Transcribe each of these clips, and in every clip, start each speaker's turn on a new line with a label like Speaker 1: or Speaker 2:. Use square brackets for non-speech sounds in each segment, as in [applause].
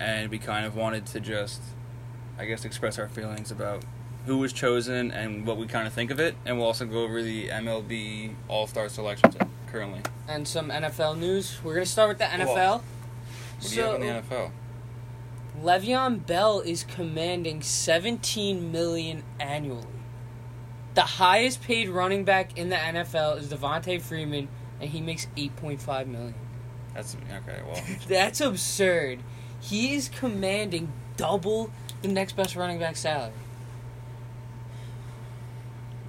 Speaker 1: and we kind of wanted to just, I guess, express our feelings about who was chosen and what we kind of think of it, and we'll also go over the MLB All Star selections currently.
Speaker 2: and some NFL news. We're gonna start with the NFL.
Speaker 1: What do you have
Speaker 2: so
Speaker 1: in the NFL?
Speaker 2: Le'Veon Bell is commanding 17 million annually. The highest paid running back in the NFL is Devontae Freeman, and he makes 8.5 million.
Speaker 1: That's okay. Well,
Speaker 2: That's absurd. He is commanding double the next best running back salary.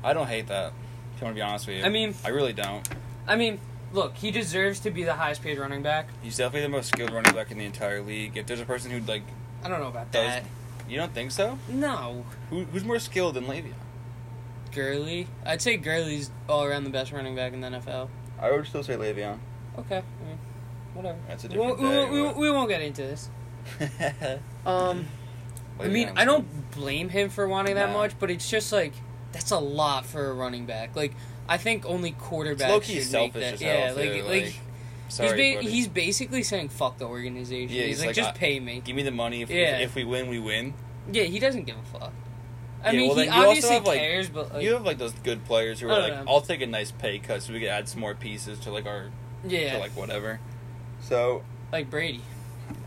Speaker 1: I don't hate that. If you want to be honest with you,
Speaker 2: I mean-
Speaker 1: I really don't.
Speaker 2: I mean, look, he deserves to be the highest paid running back.
Speaker 1: He's definitely the most skilled running back in the entire league. If there's a person who like,
Speaker 2: I don't know about
Speaker 1: Does-
Speaker 2: that.
Speaker 1: you don't think so?
Speaker 2: No.
Speaker 1: Who, who's more skilled than Le'Veon?
Speaker 2: Gurley. I'd say Gurley's all around the best running back in the NFL.
Speaker 1: I would still say Le'Veon.
Speaker 2: Okay. I mean, whatever.
Speaker 1: That's a
Speaker 2: We, won't-
Speaker 1: different
Speaker 2: we, won't- we,
Speaker 1: day.
Speaker 2: won't- we won't get into this.
Speaker 1: [laughs] but-
Speaker 2: Um,
Speaker 1: Mm-hmm.
Speaker 2: I mean, I don't blame him for wanting that
Speaker 1: No.
Speaker 2: much, but it's just like that's a lot for a running back. Like I think only
Speaker 1: It's
Speaker 2: quarterbacks
Speaker 1: low
Speaker 2: should
Speaker 1: key
Speaker 2: make
Speaker 1: selfish
Speaker 2: that.
Speaker 1: as hell.
Speaker 2: yeah,
Speaker 1: too,
Speaker 2: like like,
Speaker 1: sorry,
Speaker 2: he's, ba-
Speaker 1: buddy.
Speaker 2: he's basically saying fuck the organization.
Speaker 1: Yeah,
Speaker 2: he's,
Speaker 1: he's
Speaker 2: like,
Speaker 1: like,
Speaker 2: just
Speaker 1: I-
Speaker 2: pay me.
Speaker 1: give me the money. If,
Speaker 2: Yeah.
Speaker 1: if we win, we win.
Speaker 2: Yeah, he doesn't give a fuck. I
Speaker 1: Yeah,
Speaker 2: mean,
Speaker 1: well,
Speaker 2: he
Speaker 1: then you also
Speaker 2: obviously
Speaker 1: have, like-
Speaker 2: cares, but like,
Speaker 1: you have like those good players who
Speaker 2: I
Speaker 1: are
Speaker 2: don't
Speaker 1: like,
Speaker 2: know.
Speaker 1: I'll take a nice pay cut so we can add some more pieces to like our
Speaker 2: yeah,
Speaker 1: to
Speaker 2: like,
Speaker 1: like whatever. So
Speaker 2: Brady.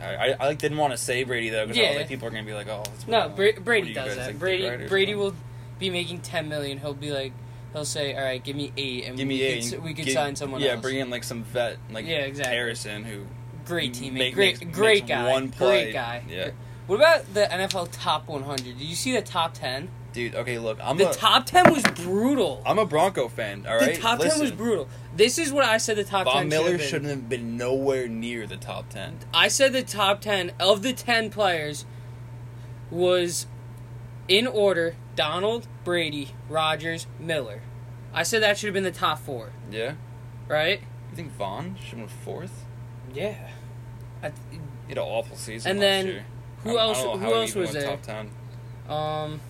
Speaker 1: I, I, I like didn't want to say Brady though because
Speaker 2: Yeah.
Speaker 1: like people are gonna be like, oh, it's-
Speaker 2: No,
Speaker 1: what
Speaker 2: Bra-
Speaker 1: do
Speaker 2: Brady
Speaker 1: you
Speaker 2: does
Speaker 1: guys
Speaker 2: that.
Speaker 1: think,
Speaker 2: Brady
Speaker 1: right, or
Speaker 2: Brady
Speaker 1: something?
Speaker 2: will be making ten million. He'll be like, he'll say, all right, give me eight, and
Speaker 1: give me
Speaker 2: we
Speaker 1: a
Speaker 2: could, s- we could
Speaker 1: give-
Speaker 2: sign someone
Speaker 1: Yeah,
Speaker 2: else.
Speaker 1: bring in like some vet like
Speaker 2: Yeah, exactly.
Speaker 1: Harrison who
Speaker 2: Great teammate.
Speaker 1: make-
Speaker 2: great
Speaker 1: makes-
Speaker 2: great
Speaker 1: makes
Speaker 2: guy.
Speaker 1: one play.
Speaker 2: Great guy.
Speaker 1: Yeah.
Speaker 2: What about the NFL top 100? Did you see the top 10?
Speaker 1: dude. Okay, look, I'm
Speaker 2: the
Speaker 1: a
Speaker 2: top 10 was brutal.
Speaker 1: am a Bronco fan. All right,
Speaker 2: the top 10 was
Speaker 1: Listen,
Speaker 2: brutal. This is what I said the top
Speaker 1: Von
Speaker 2: 10
Speaker 1: Miller
Speaker 2: should have been.
Speaker 1: shouldn't have been nowhere near the top ten.
Speaker 2: I said the top 10 of the 10 players was in order Donald, Brady, Rogers, Miller. I said that should have been the top 4,
Speaker 1: Yeah,
Speaker 2: right?
Speaker 1: you think Von should have been fourth?
Speaker 2: Yeah. I th-
Speaker 1: He had an awful season.
Speaker 2: And
Speaker 1: last
Speaker 2: then
Speaker 1: year.
Speaker 2: who
Speaker 1: I don't- I
Speaker 2: else-
Speaker 1: don't know
Speaker 2: who
Speaker 1: how he
Speaker 2: else
Speaker 1: even
Speaker 2: was
Speaker 1: went
Speaker 2: there?
Speaker 1: Top ten.
Speaker 2: um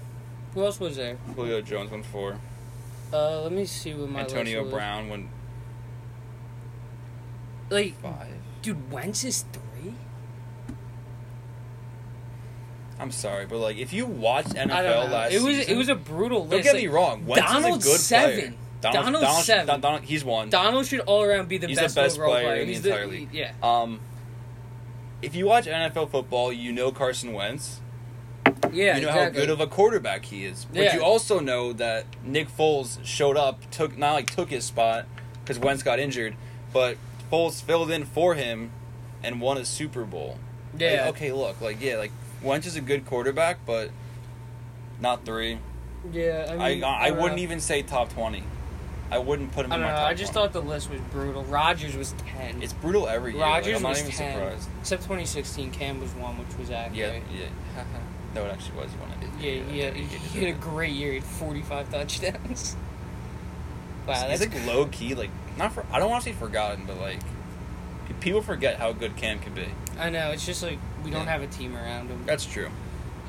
Speaker 2: who else was there?
Speaker 1: Julio Jones went four.
Speaker 2: Uh let me see what my list
Speaker 1: Antonio
Speaker 2: was.
Speaker 1: Brown went
Speaker 2: Like
Speaker 1: five.
Speaker 2: dude, Wentz is 3?
Speaker 1: I'm sorry, but like if you watched NFL
Speaker 2: I don't know.
Speaker 1: last
Speaker 2: It was
Speaker 1: season,
Speaker 2: it was a brutal
Speaker 1: don't
Speaker 2: list.
Speaker 1: get
Speaker 2: Like,
Speaker 1: me wrong. Wentz
Speaker 2: Donald's
Speaker 1: is a good
Speaker 2: seven.
Speaker 1: player. Donald's,
Speaker 2: Donald's
Speaker 1: Donald's-
Speaker 2: seven.
Speaker 1: Don- Don- he's one.
Speaker 2: Donald should all around be the
Speaker 1: He's the
Speaker 2: best,
Speaker 1: best
Speaker 2: overall
Speaker 1: player
Speaker 2: player.
Speaker 1: in the
Speaker 2: He's
Speaker 1: entire league.
Speaker 2: Yeah.
Speaker 1: um, if you watch NFL football, you know Carson Wentz.
Speaker 2: Yeah.
Speaker 1: you know
Speaker 2: exactly.
Speaker 1: how good of a quarterback he is. But
Speaker 2: Yeah.
Speaker 1: you also know that Nick Foles showed up, took not like took his spot because Wentz got injured, but Foles filled in for him and won a Super Bowl. Like,
Speaker 2: Yeah.
Speaker 1: okay, look, like yeah, like Wentz is a good quarterback, but not three.
Speaker 2: Yeah. I,
Speaker 1: I
Speaker 2: mean,
Speaker 1: I,
Speaker 2: don't
Speaker 1: wouldn't
Speaker 2: know.
Speaker 1: even say top twenty. I wouldn't put him
Speaker 2: I
Speaker 1: in
Speaker 2: don't
Speaker 1: my
Speaker 2: know.
Speaker 1: top
Speaker 2: I just
Speaker 1: 20.
Speaker 2: thought the list was brutal. Rogers was ten.
Speaker 1: it's brutal every year.
Speaker 2: Rogers
Speaker 1: like, I'm not
Speaker 2: was
Speaker 1: even
Speaker 2: ten.
Speaker 1: surprised.
Speaker 2: Except 2016, Cam was one, which was
Speaker 1: Yeah, [laughs]
Speaker 2: accurate.
Speaker 1: yeah. no, it actually was one. I did-
Speaker 2: Yeah. Yeah.
Speaker 1: I did- I did- I
Speaker 2: He
Speaker 1: did-
Speaker 2: had a great year. He had 45 touchdowns. [laughs] Wow.
Speaker 1: Wow,
Speaker 2: That's
Speaker 1: he's like low key, like not for. I don't want to say forgotten, but like p- people forget how good Cam can be.
Speaker 2: I know. It's just like we don't
Speaker 1: Yeah.
Speaker 2: have a team around him.
Speaker 1: That's true.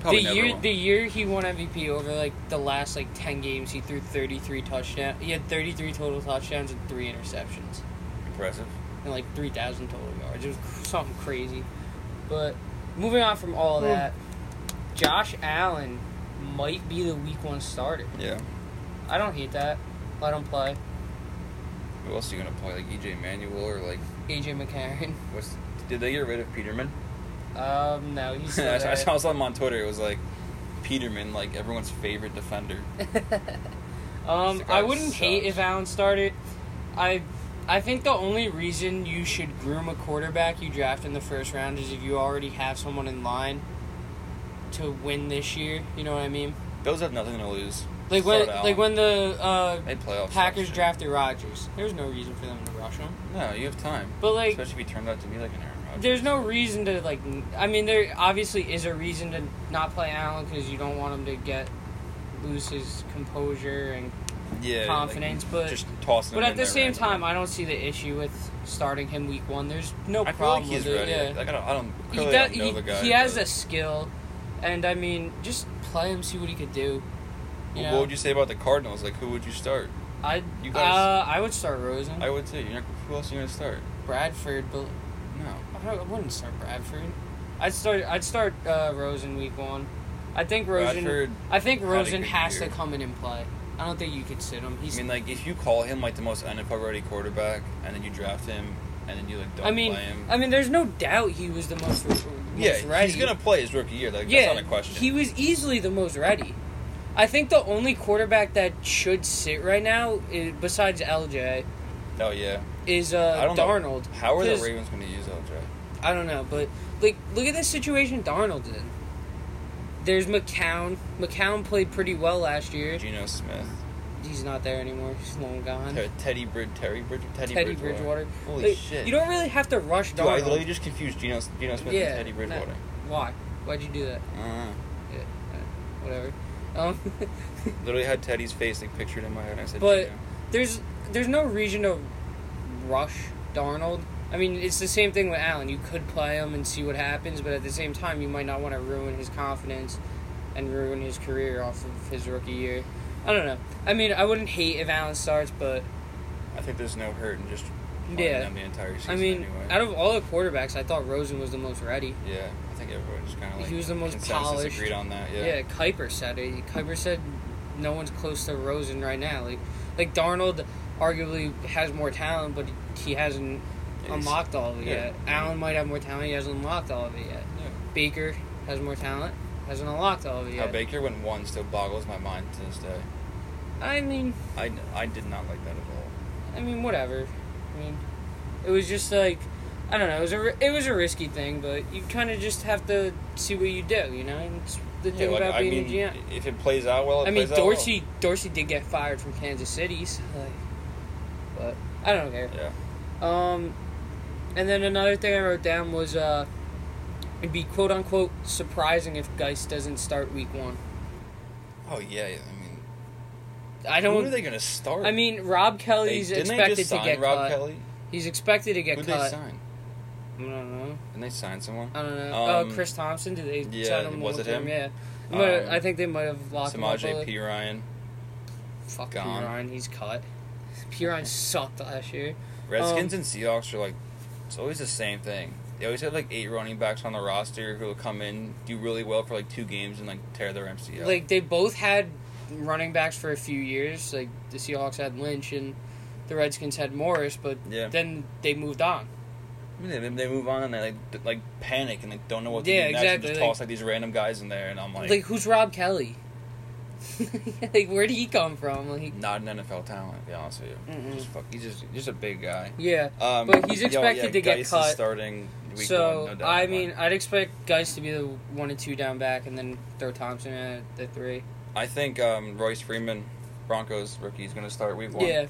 Speaker 2: The year, the year he won MVP over like the last like ten games, he threw thirty three touchdowns. He had thirty three total touchdowns and three interceptions,
Speaker 1: impressive.
Speaker 2: and like three thousand total yards. It was cr- something crazy. But moving on from all that, Josh Allen might be the Week One starter.
Speaker 1: Yeah.
Speaker 2: I don't hate that. Let him play.
Speaker 1: Who else are you gonna play? Like EJ Manuel or like
Speaker 2: AJ McCarron. [laughs]
Speaker 1: what's? Did they get rid of Peterman?
Speaker 2: Um, no, he's
Speaker 1: [laughs]
Speaker 2: still
Speaker 1: I saw- I
Speaker 2: there.
Speaker 1: saw something on Twitter. It was like Peterman, like everyone's favorite
Speaker 2: [laughs]
Speaker 1: defender.
Speaker 2: Um,
Speaker 1: This guy
Speaker 2: I wouldn't hate
Speaker 1: sucks.
Speaker 2: if Allen started. I, I think the only reason you should groom a quarterback you draft in the first round is if you already have someone in line to win this year. You know what I mean?
Speaker 1: Those have nothing to lose.
Speaker 2: Like when,
Speaker 1: Start Allen.
Speaker 2: like when the uh,
Speaker 1: they playoffs.
Speaker 2: Packers
Speaker 1: last year.
Speaker 2: drafted Rodgers, there's no reason for them to rush him.
Speaker 1: No, you have time.
Speaker 2: But like,
Speaker 1: Especially if he turns out to be like an Aaron Rodgers.
Speaker 2: there's no reason to like. n- I mean, there obviously is a reason to not play Allen because you don't want him to get lose his composure and
Speaker 1: yeah, like,
Speaker 2: confidence, but-
Speaker 1: just tossing.
Speaker 2: But
Speaker 1: him
Speaker 2: at
Speaker 1: in
Speaker 2: the
Speaker 1: there
Speaker 2: same
Speaker 1: randomly.
Speaker 2: time, I don't see the issue with starting him week one. There's no
Speaker 1: I feel like
Speaker 2: problem
Speaker 1: he's
Speaker 2: with
Speaker 1: ready.
Speaker 2: it. Yeah.
Speaker 1: Like, I don't. I don't.
Speaker 2: He,
Speaker 1: clearly
Speaker 2: does-
Speaker 1: don't know
Speaker 2: he-
Speaker 1: the guy.
Speaker 2: he has
Speaker 1: but-
Speaker 2: the skill, and I mean, just play him, see what he could do. You
Speaker 1: Well,
Speaker 2: know?
Speaker 1: What would you say about the Cardinals? Like, who would you start?
Speaker 2: I
Speaker 1: you guys-
Speaker 2: uh, I would start Rosen,
Speaker 1: I would say. You're not, who else are you gonna start?
Speaker 2: Bradford, but
Speaker 1: No,
Speaker 2: I, don't- I wouldn't start Bradford. I'd start. I'd start uh, Rosen week one. I think Rosen.
Speaker 1: Bradford
Speaker 2: I think
Speaker 1: had a
Speaker 2: Rosen
Speaker 1: good
Speaker 2: has
Speaker 1: year.
Speaker 2: to come in and play. I don't think you could sit him. He's.
Speaker 1: I mean, like if you call him like the most NFL ready quarterback, and then you draft him, and then you like don't
Speaker 2: I mean,
Speaker 1: play him.
Speaker 2: I mean, there's no doubt he was the most, most
Speaker 1: yeah,
Speaker 2: ready.
Speaker 1: he's gonna play his rookie year. Like
Speaker 2: yeah,
Speaker 1: that's not a question.
Speaker 2: he was easily the most ready. I think the only quarterback that should sit right now, is, besides LJ,
Speaker 1: oh yeah.
Speaker 2: is
Speaker 1: I
Speaker 2: uh,
Speaker 1: don't know.
Speaker 2: Darnold.
Speaker 1: How are the
Speaker 2: 'Cause-
Speaker 1: Ravens gonna use LJ?
Speaker 2: I don't know, but like, look at the situation Darnold's in. There's McCown. McCown played pretty well last year.
Speaker 1: Geno Smith,
Speaker 2: He's not there anymore. He's long gone.
Speaker 1: Ter- Teddy Brid, Terry Brid, Teddy,
Speaker 2: Teddy
Speaker 1: Bridgewater.
Speaker 2: Bridgewater.
Speaker 1: Holy
Speaker 2: Like,
Speaker 1: shit!
Speaker 2: You don't really have to rush
Speaker 1: Dude, I literally
Speaker 2: Darnold.
Speaker 1: just confused Geno, Geno Smith
Speaker 2: Yeah,
Speaker 1: and Teddy
Speaker 2: no.
Speaker 1: Bridgewater.
Speaker 2: Why? Why'd you do that?
Speaker 1: Uh,
Speaker 2: Yeah, uh, whatever. Um, [laughs]
Speaker 1: literally had Teddy's face like pictured in my head. And I said,
Speaker 2: But-
Speaker 1: Geno.
Speaker 2: there's there's no reason to rush Darnold. I mean, it's the same thing with Allen. You could play him and see what happens, but at the same time, you might not want to ruin his confidence and ruin his career off of his rookie year. I don't know. I mean, I wouldn't hate if Allen starts, but
Speaker 1: I think there's no hurt in just playing
Speaker 2: Yeah.
Speaker 1: them the entire season.
Speaker 2: I mean,
Speaker 1: anyway.
Speaker 2: out of all the quarterbacks, I thought Rosen was the most ready.
Speaker 1: Yeah, I think everyone just kind of like
Speaker 2: He was the most
Speaker 1: consensus
Speaker 2: polished.
Speaker 1: Agreed on that.
Speaker 2: Yeah,
Speaker 1: Yeah.
Speaker 2: Kuiper said it. Kuiper said no one's close to Rosen right now. Like, like Darnold arguably has more talent, but he hasn't
Speaker 1: Yeah, he's-
Speaker 2: unlocked all of it
Speaker 1: yeah.
Speaker 2: yet. Allen might have more talent. He hasn't unlocked all of it yet.
Speaker 1: Yeah.
Speaker 2: Baker has more talent. Hasn't unlocked all of it
Speaker 1: How
Speaker 2: yet.
Speaker 1: Baker went one still boggles my mind to this day.
Speaker 2: I mean,
Speaker 1: I, I did not like that at all.
Speaker 2: I mean, whatever. I mean, it was just like I don't know. It was a ri- it was a risky thing, but you kind of just have to see what you do. You know, and it's the
Speaker 1: Yeah,
Speaker 2: thing
Speaker 1: like,
Speaker 2: about
Speaker 1: I
Speaker 2: being
Speaker 1: mean,
Speaker 2: a GM.
Speaker 1: if it plays out well, it
Speaker 2: I mean,
Speaker 1: plays out well.
Speaker 2: Dorsey Dorsey did get fired from Kansas City, so like, but I don't care.
Speaker 1: Yeah.
Speaker 2: Um, and then another thing I wrote down was uh, it'd be quote unquote surprising if Geist doesn't start week one.
Speaker 1: Oh yeah. yeah, I mean,
Speaker 2: I don't.
Speaker 1: Who are they gonna start?
Speaker 2: I mean, Rob
Speaker 1: They-
Speaker 2: Kelly's
Speaker 1: didn't they
Speaker 2: expected
Speaker 1: just
Speaker 2: to
Speaker 1: sign
Speaker 2: get
Speaker 1: Rob
Speaker 2: cut.
Speaker 1: Kelly?
Speaker 2: He's expected to get
Speaker 1: Who they
Speaker 2: cut.
Speaker 1: sign?
Speaker 2: I don't know.
Speaker 1: Didn't they sign someone?
Speaker 2: I don't know.
Speaker 1: Um,
Speaker 2: oh, Chris Thompson. Did they
Speaker 1: yeah,
Speaker 2: sign him?
Speaker 1: was it
Speaker 2: long-term?
Speaker 1: him?
Speaker 2: Yeah. They might've-
Speaker 1: Um,
Speaker 2: I think they might have locked
Speaker 1: Samaj
Speaker 2: him up. a
Speaker 1: P. Ryan.
Speaker 2: Fuck
Speaker 1: gone.
Speaker 2: Pirine. He's cut. Pirine sucked last year. Um,
Speaker 1: Redskins and Seahawks are like, it's always the same thing. They always have like eight running backs on the roster who will come in, do really well for like two games, and like tear their MCL.
Speaker 2: Like they both had running backs for a few years. Like the Seahawks had Lynch and the Redskins had Morris, but
Speaker 1: Yeah.
Speaker 2: then they moved on.
Speaker 1: I mean, they, they move on and they like d- like panic and like don't know what to
Speaker 2: Yeah,
Speaker 1: do next and
Speaker 2: exactly,
Speaker 1: just
Speaker 2: like-
Speaker 1: toss like these random guys in there and I'm like,
Speaker 2: Like, who's Rob Kelly? [laughs] like where did he come from? Like
Speaker 1: not an NFL talent, to be honest with you.
Speaker 2: Mm-mm.
Speaker 1: Just fuck, he's just just a big guy.
Speaker 2: yeah.
Speaker 1: Um,
Speaker 2: Mm. But he's
Speaker 1: yo,
Speaker 2: expected
Speaker 1: yeah,
Speaker 2: to get
Speaker 1: Geis is
Speaker 2: cut.
Speaker 1: starting week
Speaker 2: so
Speaker 1: one, no doubt
Speaker 2: I
Speaker 1: in my
Speaker 2: mean,
Speaker 1: mind.
Speaker 2: I'd expect Geist to be the one and two down back, and then throw Thompson in at the three.
Speaker 1: I think um, Royce Freeman, Broncos rookie, is going to start week one.
Speaker 2: Yeah,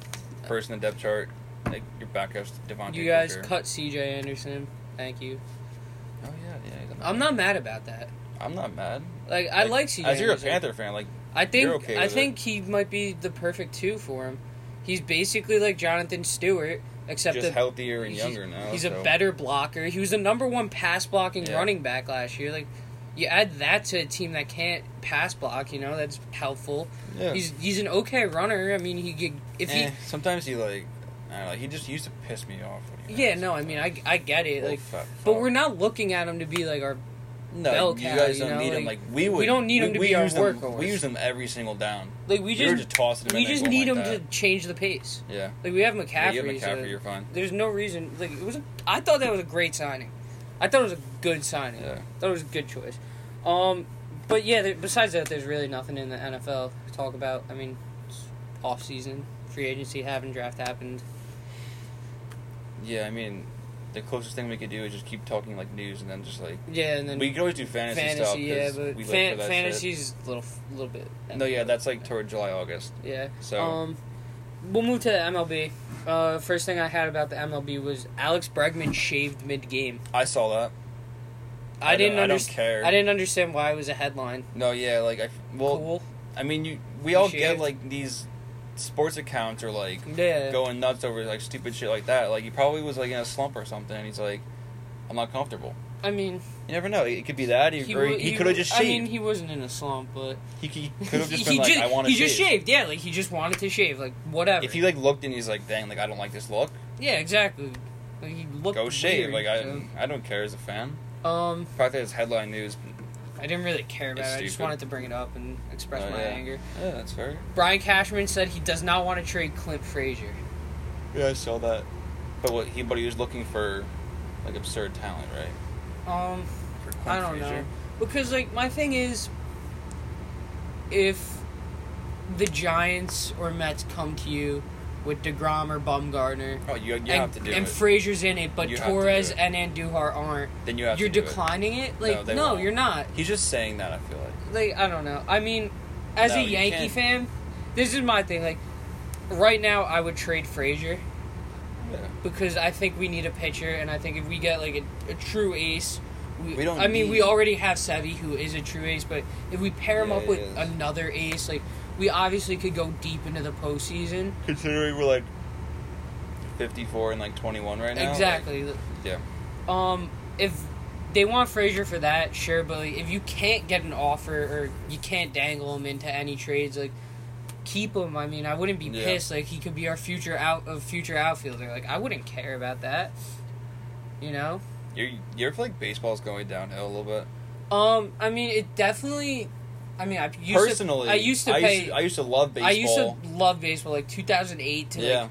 Speaker 1: First in the depth chart. Like your backup's Devontae.
Speaker 2: you guys
Speaker 1: Booker.
Speaker 2: cut C.J. Anderson. Thank you.
Speaker 1: Oh yeah, yeah. he's a-
Speaker 2: I'm not mad about that.
Speaker 1: I'm not mad.
Speaker 2: Like I like C.J.
Speaker 1: As you're a
Speaker 2: Anderson.
Speaker 1: Panther fan, like
Speaker 2: I think
Speaker 1: You're okay
Speaker 2: I
Speaker 1: with it.
Speaker 2: think he might be the perfect two for him. He's basically like Jonathan Stewart, except
Speaker 1: just
Speaker 2: that
Speaker 1: healthier and
Speaker 2: he's,
Speaker 1: younger now.
Speaker 2: He's
Speaker 1: so-
Speaker 2: a better blocker. He was the number one pass blocking
Speaker 1: Yeah.
Speaker 2: running back last year. Like you add that to a team that can't pass block, you know that's helpful.
Speaker 1: Yeah.
Speaker 2: He's he's an okay runner. I mean, he could if
Speaker 1: Eh, sometimes he like, I don't know. He just used to piss me off. When
Speaker 2: he
Speaker 1: he
Speaker 2: yeah
Speaker 1: was.
Speaker 2: no I mean I I get it
Speaker 1: Little
Speaker 2: like
Speaker 1: fat
Speaker 2: but
Speaker 1: fuck.
Speaker 2: we're not looking at him to be like our
Speaker 1: No,
Speaker 2: bell
Speaker 1: you
Speaker 2: cow,
Speaker 1: guys
Speaker 2: you
Speaker 1: don't
Speaker 2: know,
Speaker 1: need him.
Speaker 2: like,
Speaker 1: Like we would.
Speaker 2: we don't need
Speaker 1: we,
Speaker 2: him to
Speaker 1: we
Speaker 2: be our
Speaker 1: use them-
Speaker 2: workhorse.
Speaker 1: We use him every single down.
Speaker 2: like we
Speaker 1: we were just
Speaker 2: just
Speaker 1: tossing him.
Speaker 2: we
Speaker 1: in
Speaker 2: just
Speaker 1: there
Speaker 2: need him
Speaker 1: going like
Speaker 2: to change the pace.
Speaker 1: that. Yeah.
Speaker 2: Like we have
Speaker 1: Yeah,
Speaker 2: McCaffrey.
Speaker 1: you have
Speaker 2: so-
Speaker 1: McCaffrey, you're fine.
Speaker 2: There's no reason. Like it was. A, I thought that was a great signing. I thought it was a good signing.
Speaker 1: Yeah.
Speaker 2: Thought it was a good choice. Um, but yeah. There, besides that, there's really nothing in the NFL to talk about. I mean, it's off season, free agency happened, draft happened.
Speaker 1: Yeah, I mean, the closest thing we could do is just keep talking like news, and then just like
Speaker 2: Yeah, and then
Speaker 1: we could always do fantasy, stuff. 'cause
Speaker 2: yeah,
Speaker 1: we
Speaker 2: but
Speaker 1: live
Speaker 2: fan,
Speaker 1: for that
Speaker 2: fantasy's a little, little bit.
Speaker 1: Shit. No, yeah, that's like toward July, August.
Speaker 2: Yeah.
Speaker 1: So-
Speaker 2: um, we'll move to the MLB. Uh, first thing I had about the MLB was Alex Bregman shaved mid game.
Speaker 1: I saw that.
Speaker 2: I,
Speaker 1: I
Speaker 2: didn't
Speaker 1: don't- I don't
Speaker 2: understand.
Speaker 1: care.
Speaker 2: I didn't understand why it was a headline.
Speaker 1: No, yeah, like I f- well,
Speaker 2: cool.
Speaker 1: I mean, you we
Speaker 2: You
Speaker 1: all
Speaker 2: shaved?
Speaker 1: get like these sports accounts are like
Speaker 2: Yeah.
Speaker 1: going nuts over like stupid shit like that. Like he probably was like in a slump or something, and he's like, I'm not comfortable.
Speaker 2: I mean,
Speaker 1: You never know. It could be that. He, or
Speaker 2: wa-
Speaker 1: he, could have
Speaker 2: wa-
Speaker 1: just shaved.
Speaker 2: I mean, he wasn't in a slump, but
Speaker 1: he could
Speaker 2: [laughs]
Speaker 1: have just
Speaker 2: he
Speaker 1: been like,
Speaker 2: ju-
Speaker 1: I want to
Speaker 2: He
Speaker 1: shave.
Speaker 2: just shaved, yeah. Like he just wanted to shave, like whatever.
Speaker 1: If he like looked and he's like, dang, like I don't like this look.
Speaker 2: yeah, exactly. Like, he looked
Speaker 1: go shave.
Speaker 2: weird,
Speaker 1: Like I,
Speaker 2: so-
Speaker 1: I don't care as a fan.
Speaker 2: Um,
Speaker 1: The fact that it's headline news.
Speaker 2: I didn't really care about
Speaker 1: It's
Speaker 2: it. I just
Speaker 1: stupid.
Speaker 2: wanted to bring it up and express
Speaker 1: Oh,
Speaker 2: my
Speaker 1: yeah.
Speaker 2: anger.
Speaker 1: Yeah, that's fair.
Speaker 2: Brian Cashman said he does not want to trade Clint Frazier.
Speaker 1: Yeah, I saw that. But what he but he was looking for, like absurd talent, right?
Speaker 2: Um,
Speaker 1: For Clint
Speaker 2: I don't
Speaker 1: Frazier.
Speaker 2: know. Because, like, my thing is if the Giants or Mets come to you with DeGrom or Bumgarner,
Speaker 1: Oh, you, you
Speaker 2: and,
Speaker 1: have to do
Speaker 2: and
Speaker 1: it.
Speaker 2: Frazier's in it, but
Speaker 1: You have to do
Speaker 2: Torres
Speaker 1: it.
Speaker 2: and Andujar aren't,
Speaker 1: then you have
Speaker 2: you're
Speaker 1: to do
Speaker 2: declining it?
Speaker 1: No,
Speaker 2: Like,
Speaker 1: they
Speaker 2: no,
Speaker 1: won't.
Speaker 2: you're not.
Speaker 1: It. He's just saying that. I feel like.
Speaker 2: like I don't know. I mean, as
Speaker 1: No,
Speaker 2: a
Speaker 1: you
Speaker 2: Yankee
Speaker 1: can't.
Speaker 2: fan, this is my thing. Like right now, I would trade Frazier
Speaker 1: Yeah.
Speaker 2: because I think we need a pitcher, and I think if we get like a, a true ace, we,
Speaker 1: We don't
Speaker 2: I mean, we
Speaker 1: need-
Speaker 2: already have Sevy, who is a true ace, but if we pair him
Speaker 1: Yeah,
Speaker 2: up
Speaker 1: he
Speaker 2: with
Speaker 1: is.
Speaker 2: another ace, like we obviously could go deep into the postseason.
Speaker 1: Considering we're like. Fifty-four and like twenty-one right now. like,
Speaker 2: exactly.
Speaker 1: yeah.
Speaker 2: Um, if they want Frazier for that, sure, but like, if you can't get an offer or you can't dangle him into any trades, like keep him. I mean, I wouldn't be
Speaker 1: Yeah.
Speaker 2: pissed. Like he could be our future out of future outfielder. Like I wouldn't care about that. You know.
Speaker 1: You're you're like baseball's going downhill a little bit.
Speaker 2: Um, I mean, it definitely. I mean, I used
Speaker 1: Personally,
Speaker 2: to, I used to
Speaker 1: I
Speaker 2: pay.
Speaker 1: used to, I used to love baseball.
Speaker 2: I used to love baseball, like 2008 to
Speaker 1: Yeah.
Speaker 2: like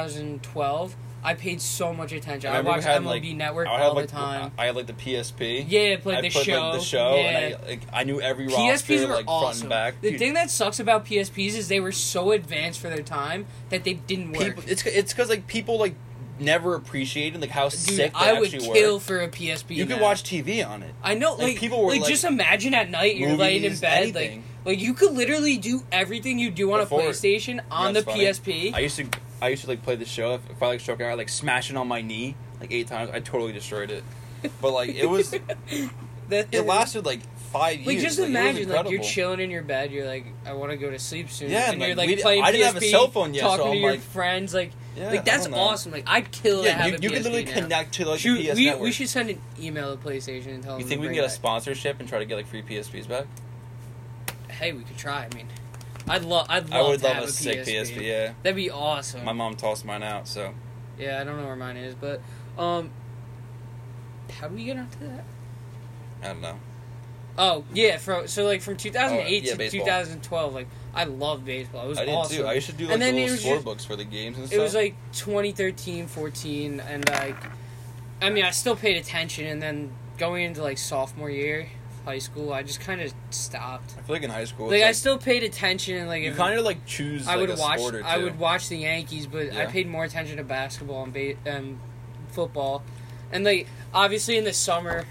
Speaker 2: 2012. I paid so much attention. I,
Speaker 1: remember we
Speaker 2: watched
Speaker 1: had,
Speaker 2: MLB
Speaker 1: like-
Speaker 2: Network
Speaker 1: I had,
Speaker 2: all
Speaker 1: like,
Speaker 2: the time.
Speaker 1: I had like the PSP.
Speaker 2: yeah, played
Speaker 1: I
Speaker 2: the
Speaker 1: played,
Speaker 2: show.
Speaker 1: Like, the show,
Speaker 2: yeah.
Speaker 1: and I, like, I knew every roster,
Speaker 2: PSPs were
Speaker 1: like front
Speaker 2: awesome.
Speaker 1: and back.
Speaker 2: The
Speaker 1: Dude,
Speaker 2: thing that sucks about PSPs is they were so advanced for their time that they didn't work.
Speaker 1: people, it's it's because like people like never appreciated like how
Speaker 2: Dude,
Speaker 1: sick they
Speaker 2: I would
Speaker 1: actually
Speaker 2: kill
Speaker 1: were.
Speaker 2: for a PSP.
Speaker 1: You could
Speaker 2: now.
Speaker 1: watch TV on it.
Speaker 2: I know,
Speaker 1: like,
Speaker 2: like
Speaker 1: people were,
Speaker 2: like,
Speaker 1: like,
Speaker 2: just imagine at night you're laying in
Speaker 1: movies,
Speaker 2: bed,
Speaker 1: anything.
Speaker 2: like like you could literally do everything you do on
Speaker 1: Before-
Speaker 2: a PlayStation on the
Speaker 1: That's funny.
Speaker 2: PSP.
Speaker 1: I used to I used to like play the show. If, if I like struck out, I'd, like smashing on my knee like eight times. I totally destroyed it. But like it
Speaker 2: [laughs]
Speaker 1: was,
Speaker 2: That
Speaker 1: it lasted like five
Speaker 2: Like
Speaker 1: years.
Speaker 2: just
Speaker 1: it was
Speaker 2: imagine, like you're
Speaker 1: incredible.
Speaker 2: chilling in your bed, you're like, I want to go to sleep soon.
Speaker 1: Yeah,
Speaker 2: and
Speaker 1: like,
Speaker 2: you're
Speaker 1: we
Speaker 2: like
Speaker 1: di-
Speaker 2: playing
Speaker 1: I didn't have a
Speaker 2: PSP,
Speaker 1: cell phone yet, so
Speaker 2: talking to
Speaker 1: I'm
Speaker 2: your
Speaker 1: like-
Speaker 2: friends, like
Speaker 1: Yeah, I
Speaker 2: like that's
Speaker 1: don't know.
Speaker 2: awesome. Like I'd kill to
Speaker 1: Yeah,
Speaker 2: have
Speaker 1: you,
Speaker 2: a
Speaker 1: you
Speaker 2: PSP
Speaker 1: can literally
Speaker 2: now.
Speaker 1: connect to like
Speaker 2: Shoot,
Speaker 1: the PS
Speaker 2: we,
Speaker 1: network.
Speaker 2: we should send an email to PlayStation and tell
Speaker 1: you think we
Speaker 2: them. to
Speaker 1: can
Speaker 2: bring
Speaker 1: get a
Speaker 2: back-
Speaker 1: sponsorship and try to get like free PSPs back?
Speaker 2: Hey, we could try. I mean, I'd love. I'd love.
Speaker 1: I would
Speaker 2: to
Speaker 1: love
Speaker 2: have
Speaker 1: a sick PSP. Yeah,
Speaker 2: That'd be awesome.
Speaker 1: my mom tossed mine out, so
Speaker 2: yeah, I don't know where mine is, but um, how do we get onto that?
Speaker 1: I don't know.
Speaker 2: Oh yeah, from so like from 2008
Speaker 1: Oh, yeah,
Speaker 2: to
Speaker 1: baseball.
Speaker 2: 2012, like I loved baseball. It was
Speaker 1: I did
Speaker 2: awesome.
Speaker 1: too. I used to do like
Speaker 2: And then
Speaker 1: the
Speaker 2: it
Speaker 1: little
Speaker 2: was
Speaker 1: score
Speaker 2: just-
Speaker 1: books for the games and
Speaker 2: it
Speaker 1: stuff.
Speaker 2: was like 2013 14 and like i mean i still paid attention and then going into like sophomore year of high school i just kind of stopped
Speaker 1: I feel like in high school,
Speaker 2: like, i still paid attention and like
Speaker 1: you
Speaker 2: if-
Speaker 1: kind of like choose.
Speaker 2: i
Speaker 1: like,
Speaker 2: would
Speaker 1: a
Speaker 2: watch
Speaker 1: Sport or two.
Speaker 2: i would watch the yankees but i
Speaker 1: Yeah.
Speaker 2: paid more attention to basketball and ba- um, football and like obviously in the summer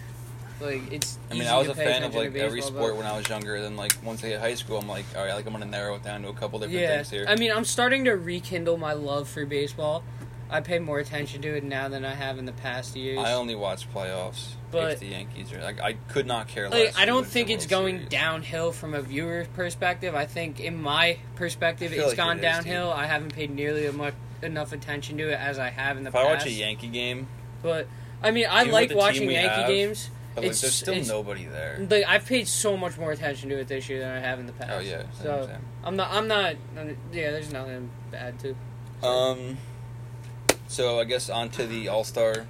Speaker 2: like it's
Speaker 1: I mean,
Speaker 2: easy
Speaker 1: I was
Speaker 2: to
Speaker 1: a
Speaker 2: pay
Speaker 1: fan of
Speaker 2: attention to
Speaker 1: like every
Speaker 2: baseball,
Speaker 1: sport
Speaker 2: but-
Speaker 1: when I was younger. Then like once I hit high school, I'm like, all right, like I'm gonna narrow it down to a couple different
Speaker 2: yeah
Speaker 1: things here.
Speaker 2: i mean i'm starting to rekindle my love for baseball i pay more attention to it now than i have in the past years
Speaker 1: I only watch playoffs
Speaker 2: But-
Speaker 1: if the Yankees are like I could not care less.
Speaker 2: Like, I
Speaker 1: who
Speaker 2: don't
Speaker 1: wins the
Speaker 2: think it's
Speaker 1: World
Speaker 2: going
Speaker 1: Series.
Speaker 2: downhill from a viewer's perspective. I think, in my perspective,
Speaker 1: I feel
Speaker 2: it's
Speaker 1: like
Speaker 2: gone
Speaker 1: it is,
Speaker 2: downhill. I haven't paid nearly as much, enough attention to it as I have in the
Speaker 1: If I watch
Speaker 2: past.
Speaker 1: a Yankee game,
Speaker 2: but I mean,
Speaker 1: Even
Speaker 2: I
Speaker 1: with the
Speaker 2: like
Speaker 1: team
Speaker 2: watching
Speaker 1: we
Speaker 2: Yankee
Speaker 1: have,
Speaker 2: games.
Speaker 1: but like,
Speaker 2: It's-
Speaker 1: there's still
Speaker 2: it's-
Speaker 1: nobody there.
Speaker 2: Like I've paid so much more attention to it this year than I have in the past.
Speaker 1: Oh yeah. I
Speaker 2: So
Speaker 1: understand.
Speaker 2: I'm not. I'm not. Yeah, there's nothing bad to.
Speaker 1: Um. So I guess on to the All Star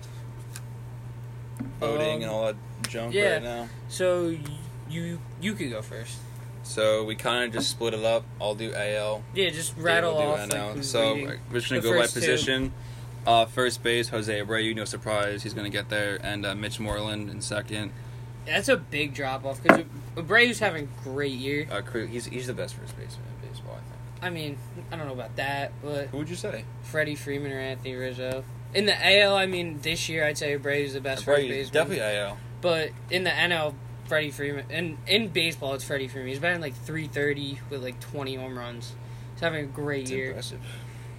Speaker 1: voting
Speaker 2: Um,
Speaker 1: and all that junk
Speaker 2: yeah.
Speaker 1: right now.
Speaker 2: So y- you you could go first.
Speaker 1: So we kind of just split it up. I'll do AL.
Speaker 2: Yeah, just rattle
Speaker 1: Dave will
Speaker 2: off.
Speaker 1: do NL.
Speaker 2: Like, who's
Speaker 1: so
Speaker 2: leading.
Speaker 1: we're just gonna
Speaker 2: The
Speaker 1: go by
Speaker 2: first two.
Speaker 1: position. Uh, first base, Jose Abreu. No surprise, he's gonna get there, and uh, Mitch Moreland in second.
Speaker 2: That's a big drop off because Abreu's having a great year.
Speaker 1: Uh, Cre- he's he's the best first baseman in baseball, I think.
Speaker 2: I mean, I don't know about that, but
Speaker 1: Who would you say?
Speaker 2: Freddie Freeman or Anthony Rizzo. In the AL, I mean, this year I'd say Abreu's the best first
Speaker 1: Abreu,
Speaker 2: baseman.
Speaker 1: definitely AL.
Speaker 2: But in the NL, Freddie Freeman. And in baseball, it's Freddie Freeman. He's batting like 330 with like 20 home runs. He's having a great
Speaker 1: It's
Speaker 2: year.
Speaker 1: impressive.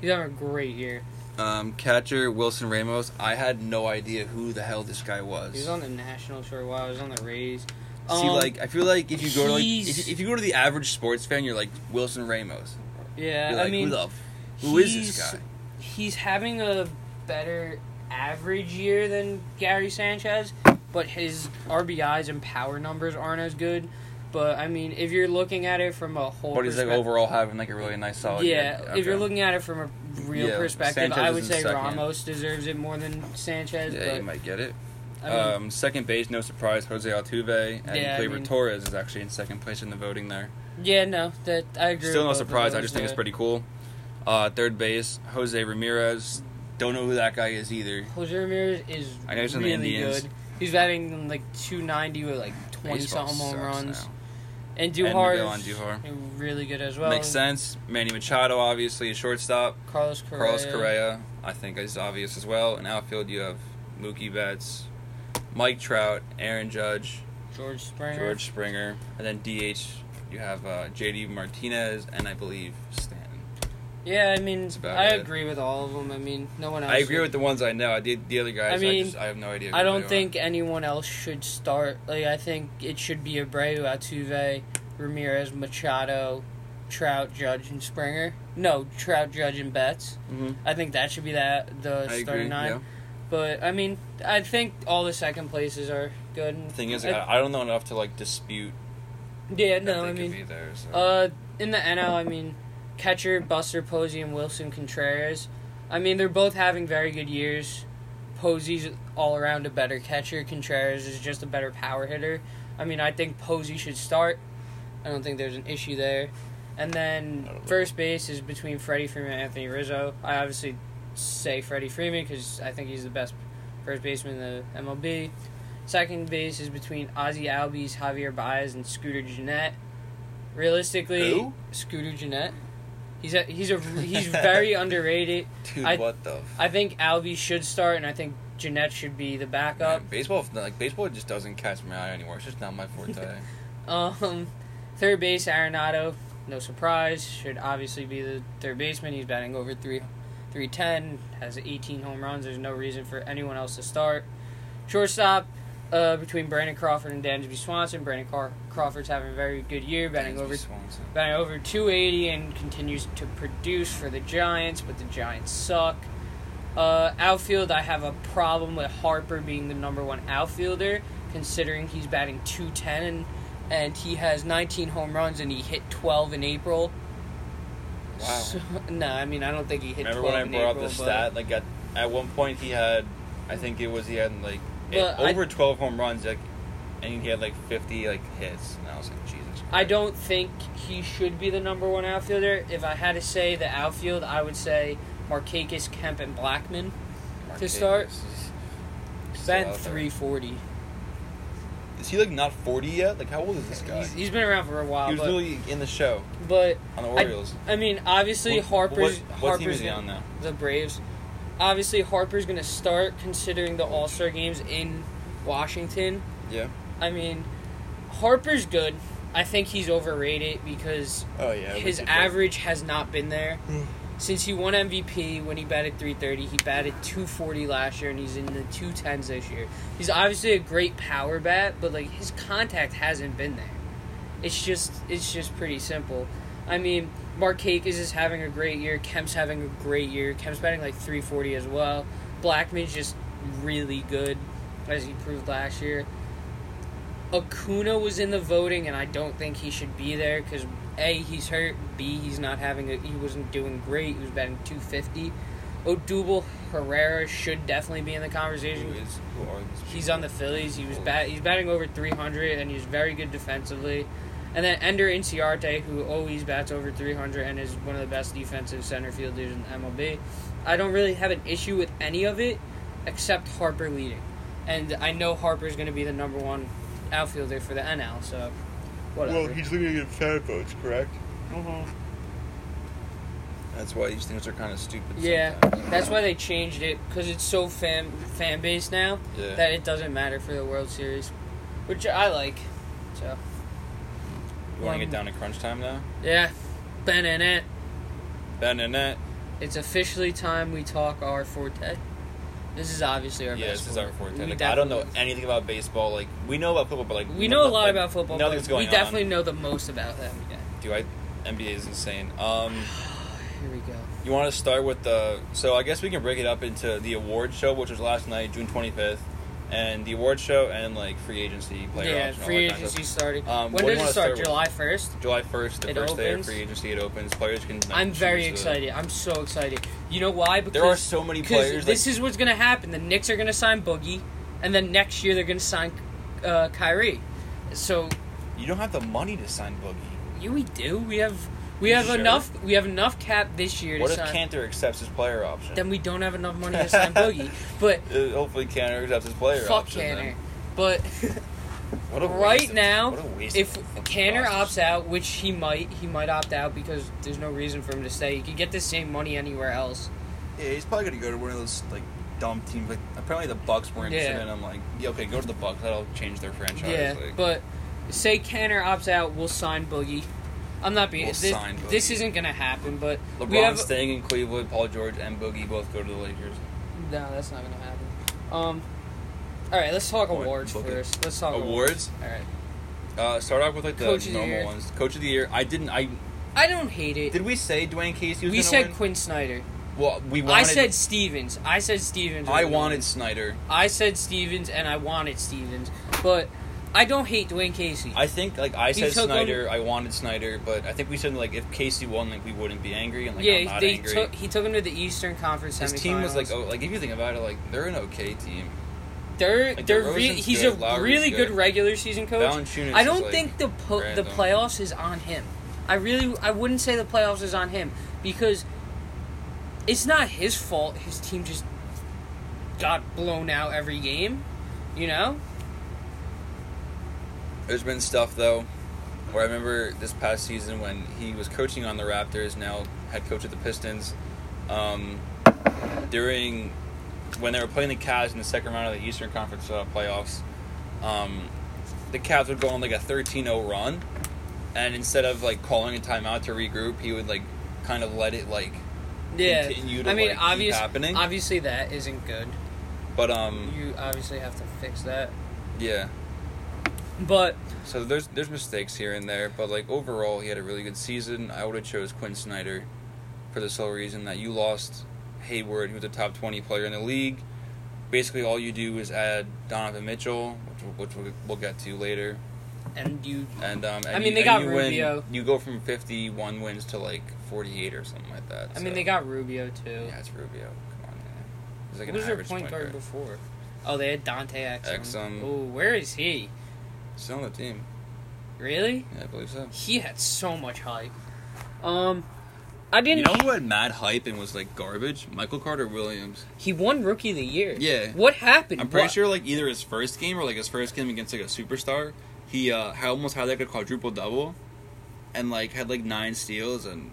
Speaker 2: He's having a great year.
Speaker 1: Um, catcher Wilson Ramos. I had no idea who the hell this guy was.
Speaker 2: He was on the Nationals for a while. He was on the Rays.
Speaker 1: See,
Speaker 2: Um,
Speaker 1: like I feel like if you go to like
Speaker 2: he's-
Speaker 1: if you, if you go to the average sports fan, you're like Wilson Ramos.
Speaker 2: yeah,
Speaker 1: You're
Speaker 2: I
Speaker 1: like,
Speaker 2: mean,
Speaker 1: who the f- who is this
Speaker 2: he's-
Speaker 1: guy?
Speaker 2: he's having a better average year than Gary Sanchez, but his RBIs and power numbers aren't as good. But I mean, if you're looking at it from a whole,
Speaker 1: But he's like
Speaker 2: perspec-
Speaker 1: overall having like a really nice solid.
Speaker 2: yeah.
Speaker 1: year.
Speaker 2: If you're
Speaker 1: Okay.
Speaker 2: looking at it from a real
Speaker 1: Yeah,
Speaker 2: perspective,
Speaker 1: Sanchez
Speaker 2: I would
Speaker 1: is
Speaker 2: say
Speaker 1: in second.
Speaker 2: Ramos deserves it more than Sanchez.
Speaker 1: yeah, you
Speaker 2: but
Speaker 1: might get it.
Speaker 2: I mean,
Speaker 1: um, second base, no surprise, Jose Altuve and
Speaker 2: Yeah, I
Speaker 1: Gleyber
Speaker 2: mean-
Speaker 1: Torres is actually in second place in the voting there.
Speaker 2: yeah, no, that I agree.
Speaker 1: Still
Speaker 2: with
Speaker 1: no
Speaker 2: both of
Speaker 1: surprise. I
Speaker 2: those,
Speaker 1: just think it's
Speaker 2: yeah.
Speaker 1: pretty cool. Uh, third base, Jose Ramirez. Don't know who that guy is either.
Speaker 2: Jose Ramirez is
Speaker 1: I know he's in the
Speaker 2: really
Speaker 1: Indians.
Speaker 2: good. He's batting like 290 with like 20
Speaker 1: Baseball
Speaker 2: something home
Speaker 1: sucks
Speaker 2: runs.
Speaker 1: now.
Speaker 2: And
Speaker 1: Miguel
Speaker 2: Duhar
Speaker 1: on
Speaker 2: is
Speaker 1: Duhar.
Speaker 2: really good as well.
Speaker 1: Makes sense. Manny Machado, obviously, a shortstop.
Speaker 2: Carlos Correa.
Speaker 1: Carlos Correa, I think, is obvious as well. In outfield, you have Mookie Betts, Mike Trout, Aaron Judge,
Speaker 2: George Springer.
Speaker 1: George Springer, and then DH, you have uh, JD Martinez, and I believe Stanton.
Speaker 2: Yeah, I mean,
Speaker 1: That's about
Speaker 2: I
Speaker 1: it.
Speaker 2: agree with all of them. I mean, no one else.
Speaker 1: I agree
Speaker 2: should-
Speaker 1: with the ones I know. I did the other guys. I,
Speaker 2: I mean,
Speaker 1: just, I have no idea. who
Speaker 2: I
Speaker 1: they
Speaker 2: don't
Speaker 1: are.
Speaker 2: think anyone else should start. Like I think it should be Abreu, Altuve, Ramirez, Machado, Trout, Judge, and Springer. No, Trout, Judge, and Betts.
Speaker 1: Mhm.
Speaker 2: I think that should be that the
Speaker 1: I agree.
Speaker 2: starting nine.
Speaker 1: Yeah.
Speaker 2: But I mean, I think all the second places are good.
Speaker 1: The thing is,
Speaker 2: I,
Speaker 1: I, I don't know enough to like dispute.
Speaker 2: yeah,
Speaker 1: that
Speaker 2: no,
Speaker 1: they
Speaker 2: I
Speaker 1: could
Speaker 2: mean,
Speaker 1: be there, so.
Speaker 2: Uh, in the NL, I mean, catcher Buster Posey and Wilson Contreras. I mean, they're both having very good years. Posey's all around a better catcher. Contreras is just a better power hitter. I mean, I think Posey should start. I don't think there's an issue there. And then
Speaker 1: I don't know.
Speaker 2: first base is between Freddie Freeman and Anthony Rizzo. I obviously say Freddie Freeman because I think he's the best first baseman in the MLB. Second base is between Ozzy Albies, Javier Baez, and Scooter Jeanette. Realistically,
Speaker 1: Who?
Speaker 2: Scooter Jeanette. He's a he's a he's very underrated.
Speaker 1: Dude,
Speaker 2: I-
Speaker 1: what the? F-
Speaker 2: I think Albies should start, and I think Jeanette should be the backup.
Speaker 1: Man, baseball, like baseball, just doesn't catch my eye anymore. It's just not my
Speaker 2: [laughs]
Speaker 1: forte.
Speaker 2: Um, third base Arenado, no surprise, should obviously be the third baseman. He's batting over three, three ten, has eighteen home runs. There's no reason for anyone else to start. Shortstop, uh, between Brandon Crawford and Dansby Swanson. Brandon Car- Crawford's having a very good year, batting over
Speaker 1: Swanson.
Speaker 2: batting over 280 and continues to produce for the Giants, but the Giants suck. Uh, outfield, I have a problem with Harper being the number one outfielder, considering he's batting 210 and, and he has 19 home runs and he hit 12 in April.
Speaker 1: Wow.
Speaker 2: So, [laughs] no, I mean, I don't think he hit
Speaker 1: Remember
Speaker 2: 12
Speaker 1: when I
Speaker 2: in
Speaker 1: brought up
Speaker 2: April,
Speaker 1: the
Speaker 2: but-
Speaker 1: stat? Like at, at one point he had, I think it was he had like it-
Speaker 2: Well, I-
Speaker 1: over twelve home runs, like, and he had like fifty like hits, and I was like, Jesus. Christ.
Speaker 2: I don't think he should be the number one outfielder. If I had to say the outfield, I would say Markakis, Kemp, and Blackman. to start,
Speaker 1: Marquez is- is still
Speaker 2: Ben
Speaker 1: out there.
Speaker 2: 340.
Speaker 1: Is he like not forty yet? Like how old is this guy?
Speaker 2: He's, he's been around for a while,
Speaker 1: he was
Speaker 2: but,
Speaker 1: literally in the show
Speaker 2: but
Speaker 1: on the
Speaker 2: I-
Speaker 1: Orioles.
Speaker 2: I mean, obviously
Speaker 1: What-
Speaker 2: Harper's
Speaker 1: what, what team
Speaker 2: Harper's
Speaker 1: is he
Speaker 2: gonna-
Speaker 1: on now?
Speaker 2: the Braves. Obviously Harper's going to start considering the All Star games in Washington.
Speaker 1: Yeah.
Speaker 2: I mean, Harper's good. I think he's overrated because
Speaker 1: Oh yeah.
Speaker 2: his average has not been there.
Speaker 1: Hmm.
Speaker 2: Since he won MVP when he batted 330, he batted 240 last year and he's in the 210s this year. He's obviously a great power bat, but like his contact hasn't been there. It's just it's just pretty simple. I mean, Marquez is having a great year. Kemp's having a great year. Kemp's batting like 340 as well. Blackman's just really good, as he proved last year. Acuna was in the voting, and I don't think he should be there because a he's hurt, b he's not having a he wasn't doing great. He was batting 250. Odubel Herrera should definitely be in the
Speaker 1: Who
Speaker 2: conversation.
Speaker 1: is? Who are these
Speaker 2: He's
Speaker 1: people?
Speaker 2: on the Phillies. He was bat. He's batting over 300, and he's very good defensively. And then Ender Inciarte, who always bats over 300 and is one of the best defensive center fielders in the MLB. I don't really have an issue with any of it, except Harper leading. And I know Harper's going to be the number one outfielder for the NL, so whatever.
Speaker 1: leading in fan votes, correct?
Speaker 2: Mhm.
Speaker 1: That's why these things are kind of stupid.
Speaker 2: Yeah,
Speaker 1: sometimes.
Speaker 2: that's why they changed it because it's so fan fan based now
Speaker 1: Yeah.
Speaker 2: that it doesn't matter for the World Series, which I like. So.
Speaker 1: you
Speaker 2: Um,
Speaker 1: want to get down to crunch time now?
Speaker 2: Yeah, Ben and it.
Speaker 1: Ben and that.
Speaker 2: It's officially time we talk our forte. This is obviously our
Speaker 1: Yeah,
Speaker 2: best.
Speaker 1: this is our forte.
Speaker 2: We
Speaker 1: Like, I don't know
Speaker 2: definitely-
Speaker 1: anything about baseball. Like we know about football, but like
Speaker 2: We know a lot
Speaker 1: like,
Speaker 2: about football.
Speaker 1: Nothing's
Speaker 2: but
Speaker 1: going
Speaker 2: We definitely know the most about them. Yeah.
Speaker 1: on. Do I? NBA is insane. Um,
Speaker 2: Here we go.
Speaker 1: you want to start with the? So I guess we can break it up into the award show, which was last night, June twenty fifth, and the award show and like free agency player.
Speaker 2: yeah,
Speaker 1: option, all
Speaker 2: free
Speaker 1: that kind of
Speaker 2: agency
Speaker 1: stuff.
Speaker 2: started.
Speaker 1: Um,
Speaker 2: when
Speaker 1: what do you
Speaker 2: does
Speaker 1: wanna
Speaker 2: it start?
Speaker 1: start with?
Speaker 2: July first.
Speaker 1: July first, the
Speaker 2: It
Speaker 1: first day of
Speaker 2: opens.
Speaker 1: free agency, it opens. Players can. like,
Speaker 2: I'm very
Speaker 1: choose the-
Speaker 2: excited. I'm so excited. You know why? Because
Speaker 1: There are so many
Speaker 2: because
Speaker 1: players.
Speaker 2: This
Speaker 1: like,
Speaker 2: is what's gonna happen. The Knicks are gonna sign Boogie. and then next year they're going to sign uh, Kyrie. So
Speaker 1: You don't have the money to sign Boogie.
Speaker 2: yeah, we do. We have we
Speaker 3: You
Speaker 2: have
Speaker 3: sure?
Speaker 2: enough. We have enough cap this year
Speaker 1: What
Speaker 2: to
Speaker 1: if
Speaker 2: sign.
Speaker 1: Cantor accepts his player option?
Speaker 2: Then we don't have
Speaker 1: [laughs]
Speaker 2: enough money to sign Boogie. But
Speaker 1: Uh, hopefully, Cantor accepts his player
Speaker 2: fuck
Speaker 1: option.
Speaker 2: Canner.
Speaker 1: then.
Speaker 2: But
Speaker 1: What a waste
Speaker 2: right
Speaker 1: of-
Speaker 2: now,
Speaker 1: what a waste
Speaker 2: if
Speaker 1: of fucking
Speaker 2: Canner
Speaker 1: process.
Speaker 2: opts out, which he might, he might opt out because there's no reason for him to stay. He could get the same money anywhere else.
Speaker 1: yeah, he's probably gonna go to one of those like dumb teams. Like apparently the Bucks weren't
Speaker 2: Yeah.
Speaker 1: interested in him. Like, yeah, okay, go to the Bucks. That'll change their franchise.
Speaker 2: yeah,
Speaker 1: like,
Speaker 2: but say Canner opts out, we'll sign Boogie. I'm not being.
Speaker 1: We'll
Speaker 2: this,
Speaker 1: sign Boogie.
Speaker 2: this isn't gonna happen. But
Speaker 1: LeBron
Speaker 2: we have.
Speaker 1: staying in Cleveland. Paul George and Boogie both go to the Lakers.
Speaker 2: no, that's not gonna happen. Um. All right, let's talk
Speaker 1: Boy,
Speaker 2: awards
Speaker 1: book it.
Speaker 2: first. Let's talk
Speaker 1: Awards.
Speaker 2: All right.
Speaker 1: Uh, start off with like the
Speaker 2: Coach of the
Speaker 1: normal
Speaker 2: year.
Speaker 1: ones. Coach of the year. I didn't. I
Speaker 2: I don't hate it.
Speaker 1: did we say Dwayne Casey was
Speaker 2: we
Speaker 1: gonna
Speaker 2: said
Speaker 1: win?
Speaker 2: Quinn Snyder.
Speaker 1: well, we wanted.
Speaker 2: I said Stevens. I said Stevens. was
Speaker 1: I
Speaker 2: gonna win.
Speaker 1: wanted Snyder.
Speaker 2: I said Stevens, and I wanted Stevens, but I don't hate Dwayne Casey.
Speaker 1: I think like I
Speaker 2: He
Speaker 1: said
Speaker 2: took
Speaker 1: Snyder. I wanted Snyder, but I think we said like if Casey won, like we wouldn't be angry and like I'm
Speaker 2: yeah,
Speaker 1: not
Speaker 2: they
Speaker 1: angry.
Speaker 2: took he took him to the Eastern Conference
Speaker 1: His
Speaker 2: semifinals.
Speaker 1: team was like oh like if you think about it like they're an okay team.
Speaker 2: they're
Speaker 1: like,
Speaker 2: they're re-
Speaker 1: DeRozan's
Speaker 2: he's
Speaker 1: good,
Speaker 2: a
Speaker 1: Lowry's
Speaker 2: really good.
Speaker 1: good.
Speaker 2: regular season coach.
Speaker 1: Valanciunas
Speaker 2: I
Speaker 1: is,
Speaker 2: don't
Speaker 1: like,
Speaker 2: think the po- the
Speaker 1: random.
Speaker 2: playoffs is on him. I really I wouldn't say the playoffs is on him because it's not his fault. His team just got blown out every game, you know.
Speaker 1: There's been stuff though, where I remember this past season when he was coaching on the Raptors, now head coach of the Pistons. Um, during when they were playing the Cavs in the second round of the Eastern Conference uh, playoffs, um, the Cavs would go on like a 13-0 run, and instead of like calling a timeout to regroup, he would like kind of let it like.
Speaker 2: Yeah,
Speaker 1: Continue to,
Speaker 2: I mean,
Speaker 1: like, keep
Speaker 2: obvious-
Speaker 1: happening.
Speaker 2: obviously that isn't good.
Speaker 1: But um,
Speaker 2: You obviously have to fix that.
Speaker 1: yeah.
Speaker 2: But
Speaker 1: So there's there's mistakes here and there, but like overall, he had a really good season. I would have chose Quinn Snyder for the sole reason that you lost Hayward, who was a top twenty player in the league. Basically, all you do is add Donovan Mitchell, which, which we'll, we'll get to later,
Speaker 2: and you
Speaker 1: and um. And
Speaker 2: I mean,
Speaker 1: you-
Speaker 2: they
Speaker 1: and
Speaker 2: got
Speaker 1: you win-
Speaker 2: Rubio.
Speaker 1: you go from fifty one wins to like forty eight or something like that.
Speaker 2: I mean,
Speaker 1: so-
Speaker 2: they got Rubio too.
Speaker 1: Yeah, it's Rubio. Come on, man. He's like
Speaker 2: Who
Speaker 1: an
Speaker 2: was their
Speaker 1: average
Speaker 2: point guard before? Oh, they had Dante Exum.
Speaker 1: Exum.
Speaker 2: Oh, where is he?
Speaker 1: Still on the team.
Speaker 2: Really?
Speaker 1: Yeah, I believe so.
Speaker 2: He had so much hype. Um, I didn't.
Speaker 1: You know who had mad hype and was like garbage? Michael Carter Williams.
Speaker 2: he won Rookie of the Year.
Speaker 1: Yeah.
Speaker 2: What happened?
Speaker 1: I'm pretty
Speaker 2: What-
Speaker 1: sure like either his first game or like his first game against like a superstar, he uh had almost had like a quadruple double, and like had like nine steals and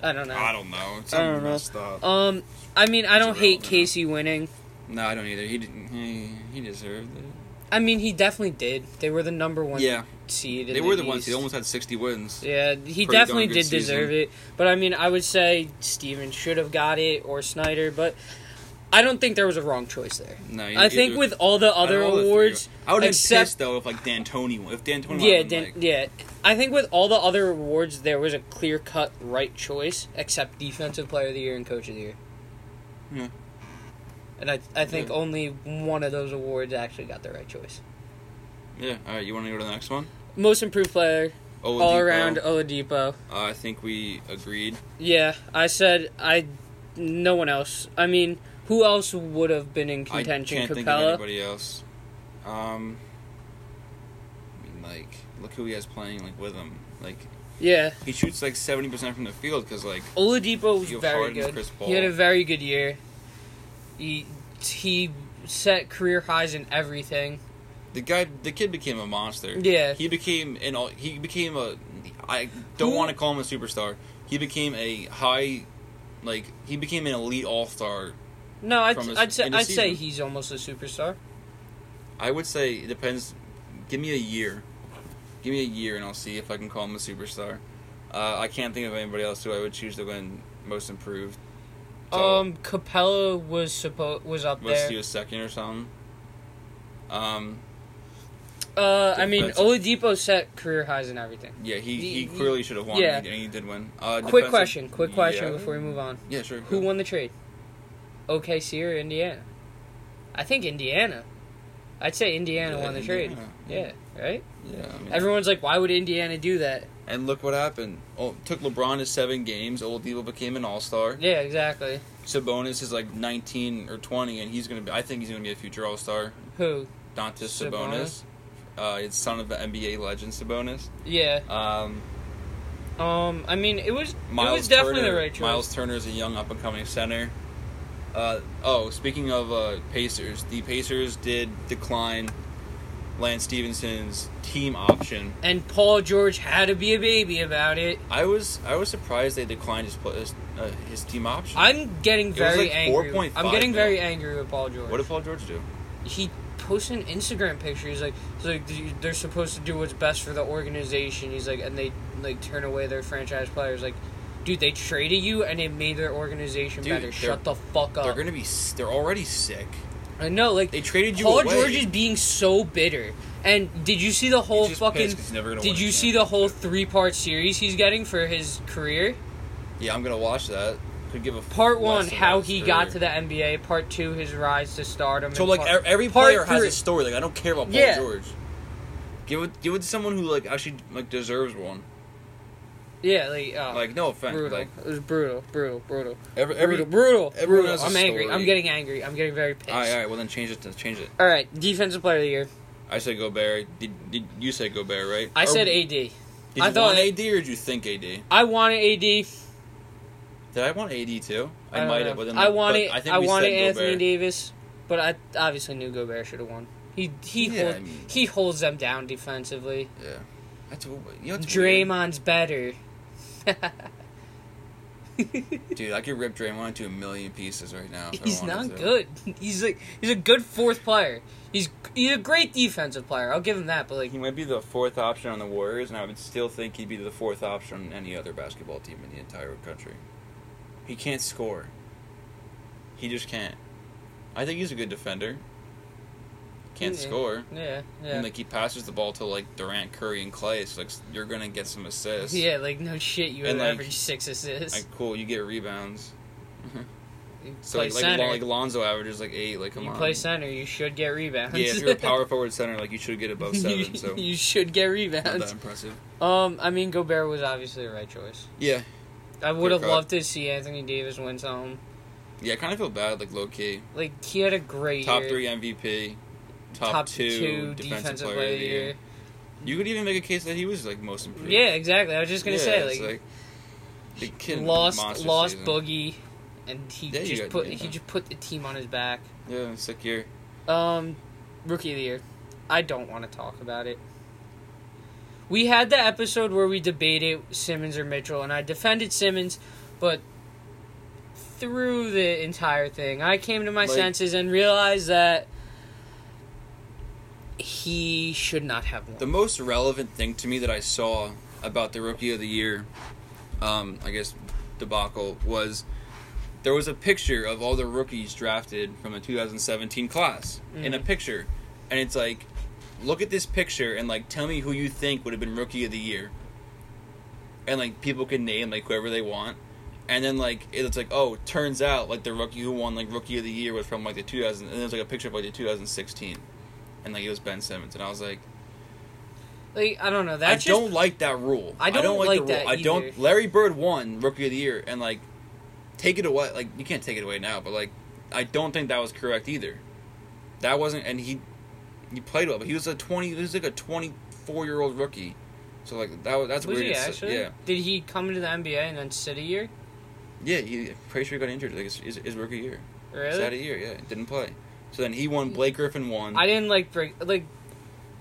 Speaker 2: I don't know.
Speaker 1: I don't know. It's
Speaker 2: I don't know.
Speaker 1: messed up.
Speaker 2: um, I mean, I
Speaker 1: It's
Speaker 2: don't hate
Speaker 1: irrelevant.
Speaker 2: Casey winning.
Speaker 1: no, I don't either. He didn't. He, he deserved it.
Speaker 2: I mean, he definitely did. They were the number one
Speaker 1: Yeah,
Speaker 2: seed. In
Speaker 1: they were the ones.
Speaker 2: East.
Speaker 1: They almost had 60 wins.
Speaker 2: Yeah, he
Speaker 1: Pretty
Speaker 2: definitely
Speaker 1: darn good
Speaker 2: did
Speaker 1: season.
Speaker 2: deserve it. But I mean, I would say Steven should have got it or Snyder, but I don't think there was a wrong choice there.
Speaker 1: No,
Speaker 2: I think with all the other awards,
Speaker 1: I would have
Speaker 2: except-
Speaker 1: pissed though if like D'Antoni, if D'Antoni,
Speaker 2: yeah,
Speaker 1: would've been,
Speaker 2: Dan-
Speaker 1: like,
Speaker 2: yeah, I think with all the other awards, there was a clear cut right choice, except Defensive Player of the Year and Coach of the Year.
Speaker 1: Yeah.
Speaker 2: And I, I think
Speaker 1: Yeah.
Speaker 2: only one of those awards actually got the right choice.
Speaker 1: yeah. All right, you want to go to the next one?
Speaker 2: Most improved player,
Speaker 1: Oh,
Speaker 2: all around Oladipo.
Speaker 1: I think we agreed.
Speaker 2: Yeah, I said I. No one else. I mean, who else would have been in
Speaker 1: I can't
Speaker 2: contention?
Speaker 1: think of
Speaker 2: Capella.
Speaker 1: anybody else. Um, I mean, like, look who he has playing like with him. Like,
Speaker 2: Yeah,
Speaker 1: he shoots like seventy percent from the field because like
Speaker 2: Oladipo was
Speaker 1: You have
Speaker 2: very
Speaker 1: Harden,
Speaker 2: good.
Speaker 1: Chris
Speaker 2: He had a
Speaker 1: Paul.
Speaker 2: very good year. He he set career highs in everything.
Speaker 1: the guy, the kid became a monster.
Speaker 2: Yeah.
Speaker 1: he became an all. He became a. I don't
Speaker 2: Who-
Speaker 1: want to call him a superstar. He became a high, like he became an elite all star.
Speaker 2: No, I'd,
Speaker 1: From his-
Speaker 2: I'd say
Speaker 1: in
Speaker 2: I'd
Speaker 1: his
Speaker 2: say
Speaker 1: season.
Speaker 2: he's almost a superstar.
Speaker 1: I would say it depends. Give me a year. Give me a year, and I'll see if I can call him a superstar. Uh, I can't think of anybody else who I would choose to win most improved. So-
Speaker 2: Um, Capella was supposed was up
Speaker 1: was
Speaker 2: there.
Speaker 1: he was second or something. Um,
Speaker 2: uh, I mean,
Speaker 1: defensive.
Speaker 2: Oladipo set career highs in everything.
Speaker 1: yeah, he,
Speaker 2: The-
Speaker 1: he
Speaker 2: the-
Speaker 1: clearly should have won.
Speaker 2: yeah.
Speaker 1: and he- and he did win. Uh,
Speaker 2: Quick
Speaker 1: defensive-
Speaker 2: question, quick question
Speaker 1: Yeah.
Speaker 2: before we move on.
Speaker 1: Yeah, sure.
Speaker 2: Who won the trade? OKC or Indiana? I think Indiana. I'd say Indiana
Speaker 1: Yeah,
Speaker 2: won the
Speaker 1: Indiana,
Speaker 2: trade. Yeah, right?
Speaker 1: Yeah, I mean-
Speaker 2: Everyone's like, why would Indiana do that?
Speaker 1: and look what happened. Oh, took LeBron to seven games. Oladipo became an All Star.
Speaker 2: Yeah, exactly.
Speaker 1: Sabonis is like nineteen or twenty, and he's gonna be. I think he's gonna be a future All Star.
Speaker 2: Who?
Speaker 1: Dontas
Speaker 2: Sabonis?
Speaker 1: Sabonis. Uh, it's son of the NBA legend Sabonis.
Speaker 2: Yeah.
Speaker 1: Um,
Speaker 2: Um. I mean, it was.
Speaker 1: Miles
Speaker 2: it was definitely
Speaker 1: Turner.
Speaker 2: the right choice.
Speaker 1: Miles Turner is a young up and coming center. Uh, oh, speaking of uh, Pacers, the Pacers did decline Lance Stevenson's team option.
Speaker 2: And Paul George had to be a baby about it.
Speaker 1: I was I was surprised they declined his pl- his, uh, his team option.
Speaker 2: I'm getting
Speaker 1: was
Speaker 2: very
Speaker 1: like
Speaker 2: angry.
Speaker 1: 4.5
Speaker 2: I'm getting
Speaker 1: mil.
Speaker 2: very angry with Paul George.
Speaker 1: what did Paul George do?
Speaker 2: he posted an Instagram picture. He's like, he's like "They- they're supposed to do what's best for the organization. He's like, and they like turn away their franchise players. Like, dude, they traded you and it made their organization
Speaker 1: Dude,
Speaker 2: better.
Speaker 1: they're-
Speaker 2: Shut the fuck up.
Speaker 1: They're gonna be s- they're already sick.
Speaker 2: I know, like
Speaker 1: They traded you
Speaker 2: Paul
Speaker 1: away.
Speaker 2: George is being so bitter. And did you see the whole
Speaker 1: just
Speaker 2: fucking?
Speaker 1: pissed 'cause he's never gonna win
Speaker 2: did
Speaker 1: a
Speaker 2: you see the whole three-part series he's getting for his career?
Speaker 1: Yeah, I'm gonna watch that. Could give a f-
Speaker 2: Part
Speaker 1: less
Speaker 2: one,
Speaker 1: about
Speaker 2: how
Speaker 1: his
Speaker 2: he
Speaker 1: career.
Speaker 2: got to the NBA. Part two, his rise to stardom.
Speaker 1: So
Speaker 2: and
Speaker 1: like
Speaker 2: part-
Speaker 1: e- every
Speaker 2: part
Speaker 1: player has
Speaker 2: three-
Speaker 1: a story. Like I don't care about Paul
Speaker 2: Yeah.
Speaker 1: George. Give it give it to someone who like actually like deserves one.
Speaker 2: Yeah, like uh,
Speaker 1: Like no offense.
Speaker 2: brutal.
Speaker 1: Like
Speaker 2: it was brutal, brutal, brutal.
Speaker 1: every every.
Speaker 2: brutal, brutal.
Speaker 1: everyone
Speaker 2: brutal.
Speaker 1: has a
Speaker 2: I'm angry. I'm
Speaker 1: story.
Speaker 2: getting angry. I'm getting very pissed.
Speaker 1: All right, all right. Well, then change it. To, change it.
Speaker 2: All right, defensive player of the year.
Speaker 1: I said Gobert. Did, did you say Gobert? Right. Oh,
Speaker 2: I
Speaker 1: Or-
Speaker 2: said AD.
Speaker 1: Did you
Speaker 2: I thought-
Speaker 1: want AD or did you think AD? Did
Speaker 2: I wanted AD.
Speaker 1: I want AD too? I,
Speaker 2: don't
Speaker 1: might
Speaker 2: know.
Speaker 1: have. But then
Speaker 2: I
Speaker 1: but
Speaker 2: wanted.
Speaker 1: I,
Speaker 2: I,
Speaker 1: think we
Speaker 2: wanted
Speaker 1: said
Speaker 2: Anthony
Speaker 1: Gobert.
Speaker 2: Davis, but I obviously knew Gobert should have won. He he
Speaker 1: Yeah,
Speaker 2: hold-
Speaker 1: I mean-
Speaker 2: he holds them down defensively.
Speaker 1: Yeah. That's you know, it's weird.
Speaker 2: Draymond's better.
Speaker 1: Dude, I could rip Draymond into a million pieces right now. if I
Speaker 2: He's
Speaker 1: wanted
Speaker 2: not
Speaker 1: to.
Speaker 2: good. [laughs] He's like he's a good fourth player. He's he's a great defensive player. I'll give him that. But like
Speaker 1: He might be the fourth option on the Warriors, and I would still think he'd be the fourth option on any other basketball team in the entire country. He can't score. He just can't. I think he's a good defender. Can't
Speaker 2: Yeah.
Speaker 1: score.
Speaker 2: yeah yeah
Speaker 1: And like he passes the ball to like Durant, Curry, and Clay. So like you're gonna get some assists.
Speaker 2: yeah like no shit. You
Speaker 1: And,
Speaker 2: average
Speaker 1: like-
Speaker 2: six assists.
Speaker 1: Like cool, you get rebounds.
Speaker 2: You
Speaker 1: So
Speaker 2: play
Speaker 1: like, like,
Speaker 2: center.
Speaker 1: Lon- like Lonzo averages like eight. Like come
Speaker 2: you
Speaker 1: on.
Speaker 2: play center, you should get rebounds.
Speaker 1: yeah,
Speaker 2: [laughs]
Speaker 1: if you're a power forward center, like you should get above seven. So
Speaker 2: you should get
Speaker 1: not that
Speaker 2: rebounds.
Speaker 1: impressive.
Speaker 2: Um, I mean, Gobert was obviously the right choice.
Speaker 1: Yeah,
Speaker 2: I would have
Speaker 1: Clear cut.
Speaker 2: loved to see Anthony Davis win something.
Speaker 1: yeah. I kind of feel bad, like low key.
Speaker 2: Like he had a great
Speaker 1: Top
Speaker 2: year.
Speaker 1: three MVP, top, two, defensive, player, of the year. You could even make a case that he was like most improved.
Speaker 2: Yeah, exactly. I was just gonna
Speaker 1: Yeah,
Speaker 2: say
Speaker 1: it's
Speaker 2: like,
Speaker 1: the kid
Speaker 2: lost
Speaker 1: monster
Speaker 2: lost
Speaker 1: season.
Speaker 2: Boogie, and he
Speaker 1: Yeah, you
Speaker 2: just
Speaker 1: got-
Speaker 2: put
Speaker 1: yeah.
Speaker 2: he just put the team on his back.
Speaker 1: Yeah, sick year.
Speaker 2: Um, rookie of the year. I don't want to talk about it. We had the episode where we debated Simmons or Mitchell, and I defended Simmons, but through the entire thing, I came to my
Speaker 1: Like-
Speaker 2: senses and realized that he should not have won.
Speaker 1: The most relevant thing to me that I saw about the rookie of the year, um, I guess, debacle was there was a picture of all the rookies drafted from the 2017 class in a picture, and it's like, look at this picture and like tell me who you think would have been rookie of the year, and like people can name like whoever they want. And then like it's like oh turns out like the rookie who won like rookie of the year was from like the 2000 and there's like a picture of like the 2016 and like it was Ben Simmons and I was like
Speaker 2: like I don't know.
Speaker 1: I
Speaker 2: That's just
Speaker 1: don't like that rule.
Speaker 2: I don't like
Speaker 1: the
Speaker 2: that
Speaker 1: rule. I don't.
Speaker 2: either.
Speaker 1: Larry Bird won Rookie of the Year, and like, take it away. Like, you can't take it away now, but like, I don't think that was correct either. That wasn't, and he, he played well, but he was a twenty. He was like a twenty-four year old rookie, so like that was that's
Speaker 2: was
Speaker 1: weird.
Speaker 2: he
Speaker 1: It's-
Speaker 2: actually?
Speaker 1: Yeah,
Speaker 2: Did he come into the NBA and then sit a year?
Speaker 1: yeah. He pretty sure he got injured. Like his, his, his rookie year,
Speaker 2: Really?
Speaker 1: that a year, yeah, didn't play. So then he won. Blake Griffin won.
Speaker 2: I didn't like break like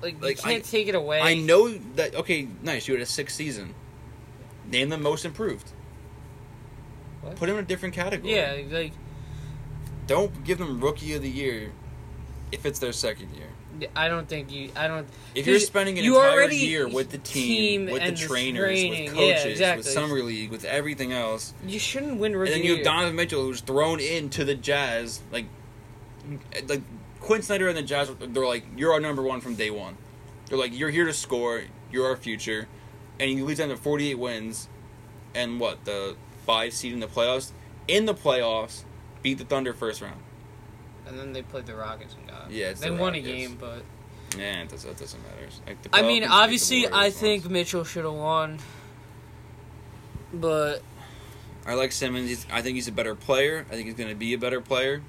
Speaker 2: like,
Speaker 1: Like,
Speaker 2: you can't
Speaker 1: I-
Speaker 2: take it away.
Speaker 1: I know that. Okay, nice. You had a sixth season. Name the most improved.
Speaker 2: What?
Speaker 1: Put him in a different category.
Speaker 2: Yeah, like
Speaker 1: Don't give them rookie of the year if it's their second year.
Speaker 2: I don't think you. I don't.
Speaker 1: If you're
Speaker 2: 'cause
Speaker 1: spending an
Speaker 2: you
Speaker 1: entire
Speaker 2: already-
Speaker 1: year with the team, with the
Speaker 2: and
Speaker 1: trainers,
Speaker 2: training,
Speaker 1: with
Speaker 2: yeah,
Speaker 1: coaches,
Speaker 2: exactly.
Speaker 1: with summer league, with everything else,
Speaker 2: You shouldn't win
Speaker 1: and
Speaker 2: rookie.
Speaker 1: then you
Speaker 2: of
Speaker 1: have
Speaker 2: the year.
Speaker 1: Donovan Mitchell who's thrown into the Jazz, like, like Quinn Snyder and the Jazz, they're like, you're our number one from day one. They're like, you're here to score, you're our future, and he leads them to 48 wins, and what the five seed in the playoffs. In the playoffs, beat the Thunder first round.
Speaker 2: and then they played the Rockets and got.
Speaker 1: Yeah, it's
Speaker 2: they
Speaker 1: the
Speaker 2: won a
Speaker 1: Rockets.
Speaker 2: game, but
Speaker 1: Yeah, it doesn't, that doesn't matter. Like, the
Speaker 2: I mean,
Speaker 1: Pelicans beat the
Speaker 2: obviously, I
Speaker 1: Warriors
Speaker 2: think
Speaker 1: once.
Speaker 2: Mitchell should have won. But
Speaker 1: I like Simmons. He's, I think he's a better player. I think he's going to be a better player,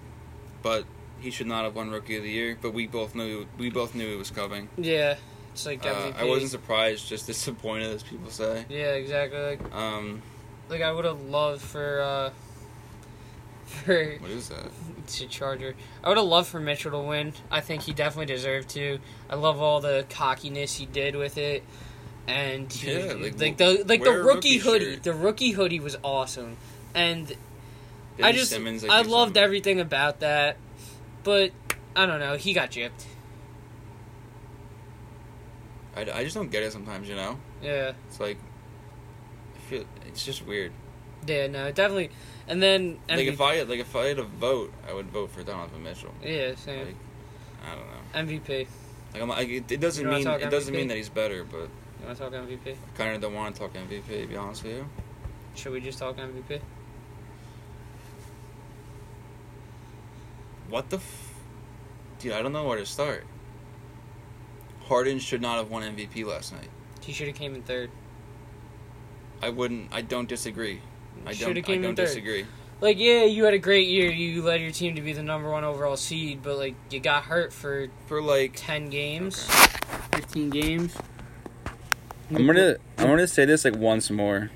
Speaker 1: but he should not have won Rookie of the Year, but we both knew we both knew it was coming.
Speaker 2: Yeah, it's like
Speaker 1: Uh,
Speaker 2: MVP.
Speaker 1: I wasn't surprised, just disappointed, as people say.
Speaker 2: Yeah, exactly. Like,
Speaker 1: Um,
Speaker 2: like I would have loved for uh [laughs] for
Speaker 1: what is that?
Speaker 2: it's a Charger. I would have loved for Mitchell to win. I think he definitely deserved to. I love all the cockiness he did with it. And he-
Speaker 1: Yeah,
Speaker 2: like,
Speaker 1: like,
Speaker 2: the like the
Speaker 1: wear a rookie
Speaker 2: rookie, hoodie.
Speaker 1: shirt.
Speaker 2: The rookie hoodie was awesome. And I
Speaker 1: Benny
Speaker 2: just
Speaker 1: Simmons,
Speaker 2: I
Speaker 1: think,
Speaker 2: loved
Speaker 1: something.
Speaker 2: everything about that. But I don't know, he got gypped.
Speaker 1: I, I just don't get it sometimes, you know.
Speaker 2: Yeah.
Speaker 1: It's like, I feel it's just weird.
Speaker 2: Yeah, no, definitely. And then
Speaker 1: Like if
Speaker 2: MVP
Speaker 1: I like if I had a vote, I would vote for Donovan Mitchell.
Speaker 2: Yeah, same.
Speaker 1: Like, I don't know.
Speaker 2: MVP.
Speaker 1: Like, I'm, like it, it doesn't
Speaker 2: You wanna
Speaker 1: mean
Speaker 2: talk
Speaker 1: it doesn't
Speaker 2: MVP?
Speaker 1: mean that he's better, but
Speaker 2: You wanna talk MVP?
Speaker 1: I kind of don't want to talk MVP. To be honest with you.
Speaker 2: Should we just talk MVP?
Speaker 1: What the f- dude? I don't know where to start. Harden should not have won MVP last night.
Speaker 2: He should have came in third.
Speaker 1: I wouldn't. I don't disagree. I
Speaker 2: Should
Speaker 1: don't.
Speaker 2: have
Speaker 1: I
Speaker 2: came in
Speaker 1: don't
Speaker 2: third.
Speaker 1: disagree.
Speaker 2: Like, yeah, you had a great year. You led your team to be the number one overall seed, but like you got hurt for
Speaker 1: For like,
Speaker 2: ten games, fifteen games.
Speaker 3: I'm gonna I'm gonna say this like once more.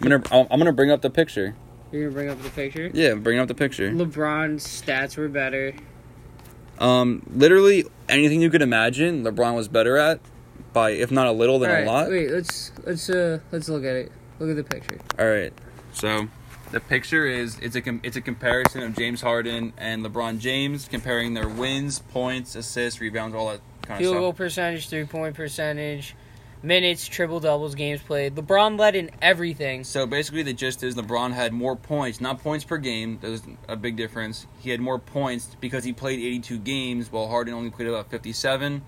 Speaker 3: I'm gonna I'm I'm gonna bring up the picture.
Speaker 2: You're gonna bring up the picture.
Speaker 3: Yeah, bring up the picture.
Speaker 2: LeBron's stats were better.
Speaker 3: Um, literally anything you could imagine, LeBron was better at by if not a little than a lot.
Speaker 2: wait, let's let's uh let's look at it. Look at the picture.
Speaker 3: All right.
Speaker 1: so the picture is it's a com- it's a comparison of James Harden and LeBron James comparing their wins, points, assists, rebounds, all that kind
Speaker 2: Field
Speaker 1: of
Speaker 2: goal
Speaker 1: stuff.
Speaker 2: percentage, three point percentage, minutes, triple doubles, games played. LeBron led in everything.
Speaker 1: So basically, the gist is LeBron had more points, not points per game. There's a big difference. He had more points because he played 82 games, while Harden only played about 57.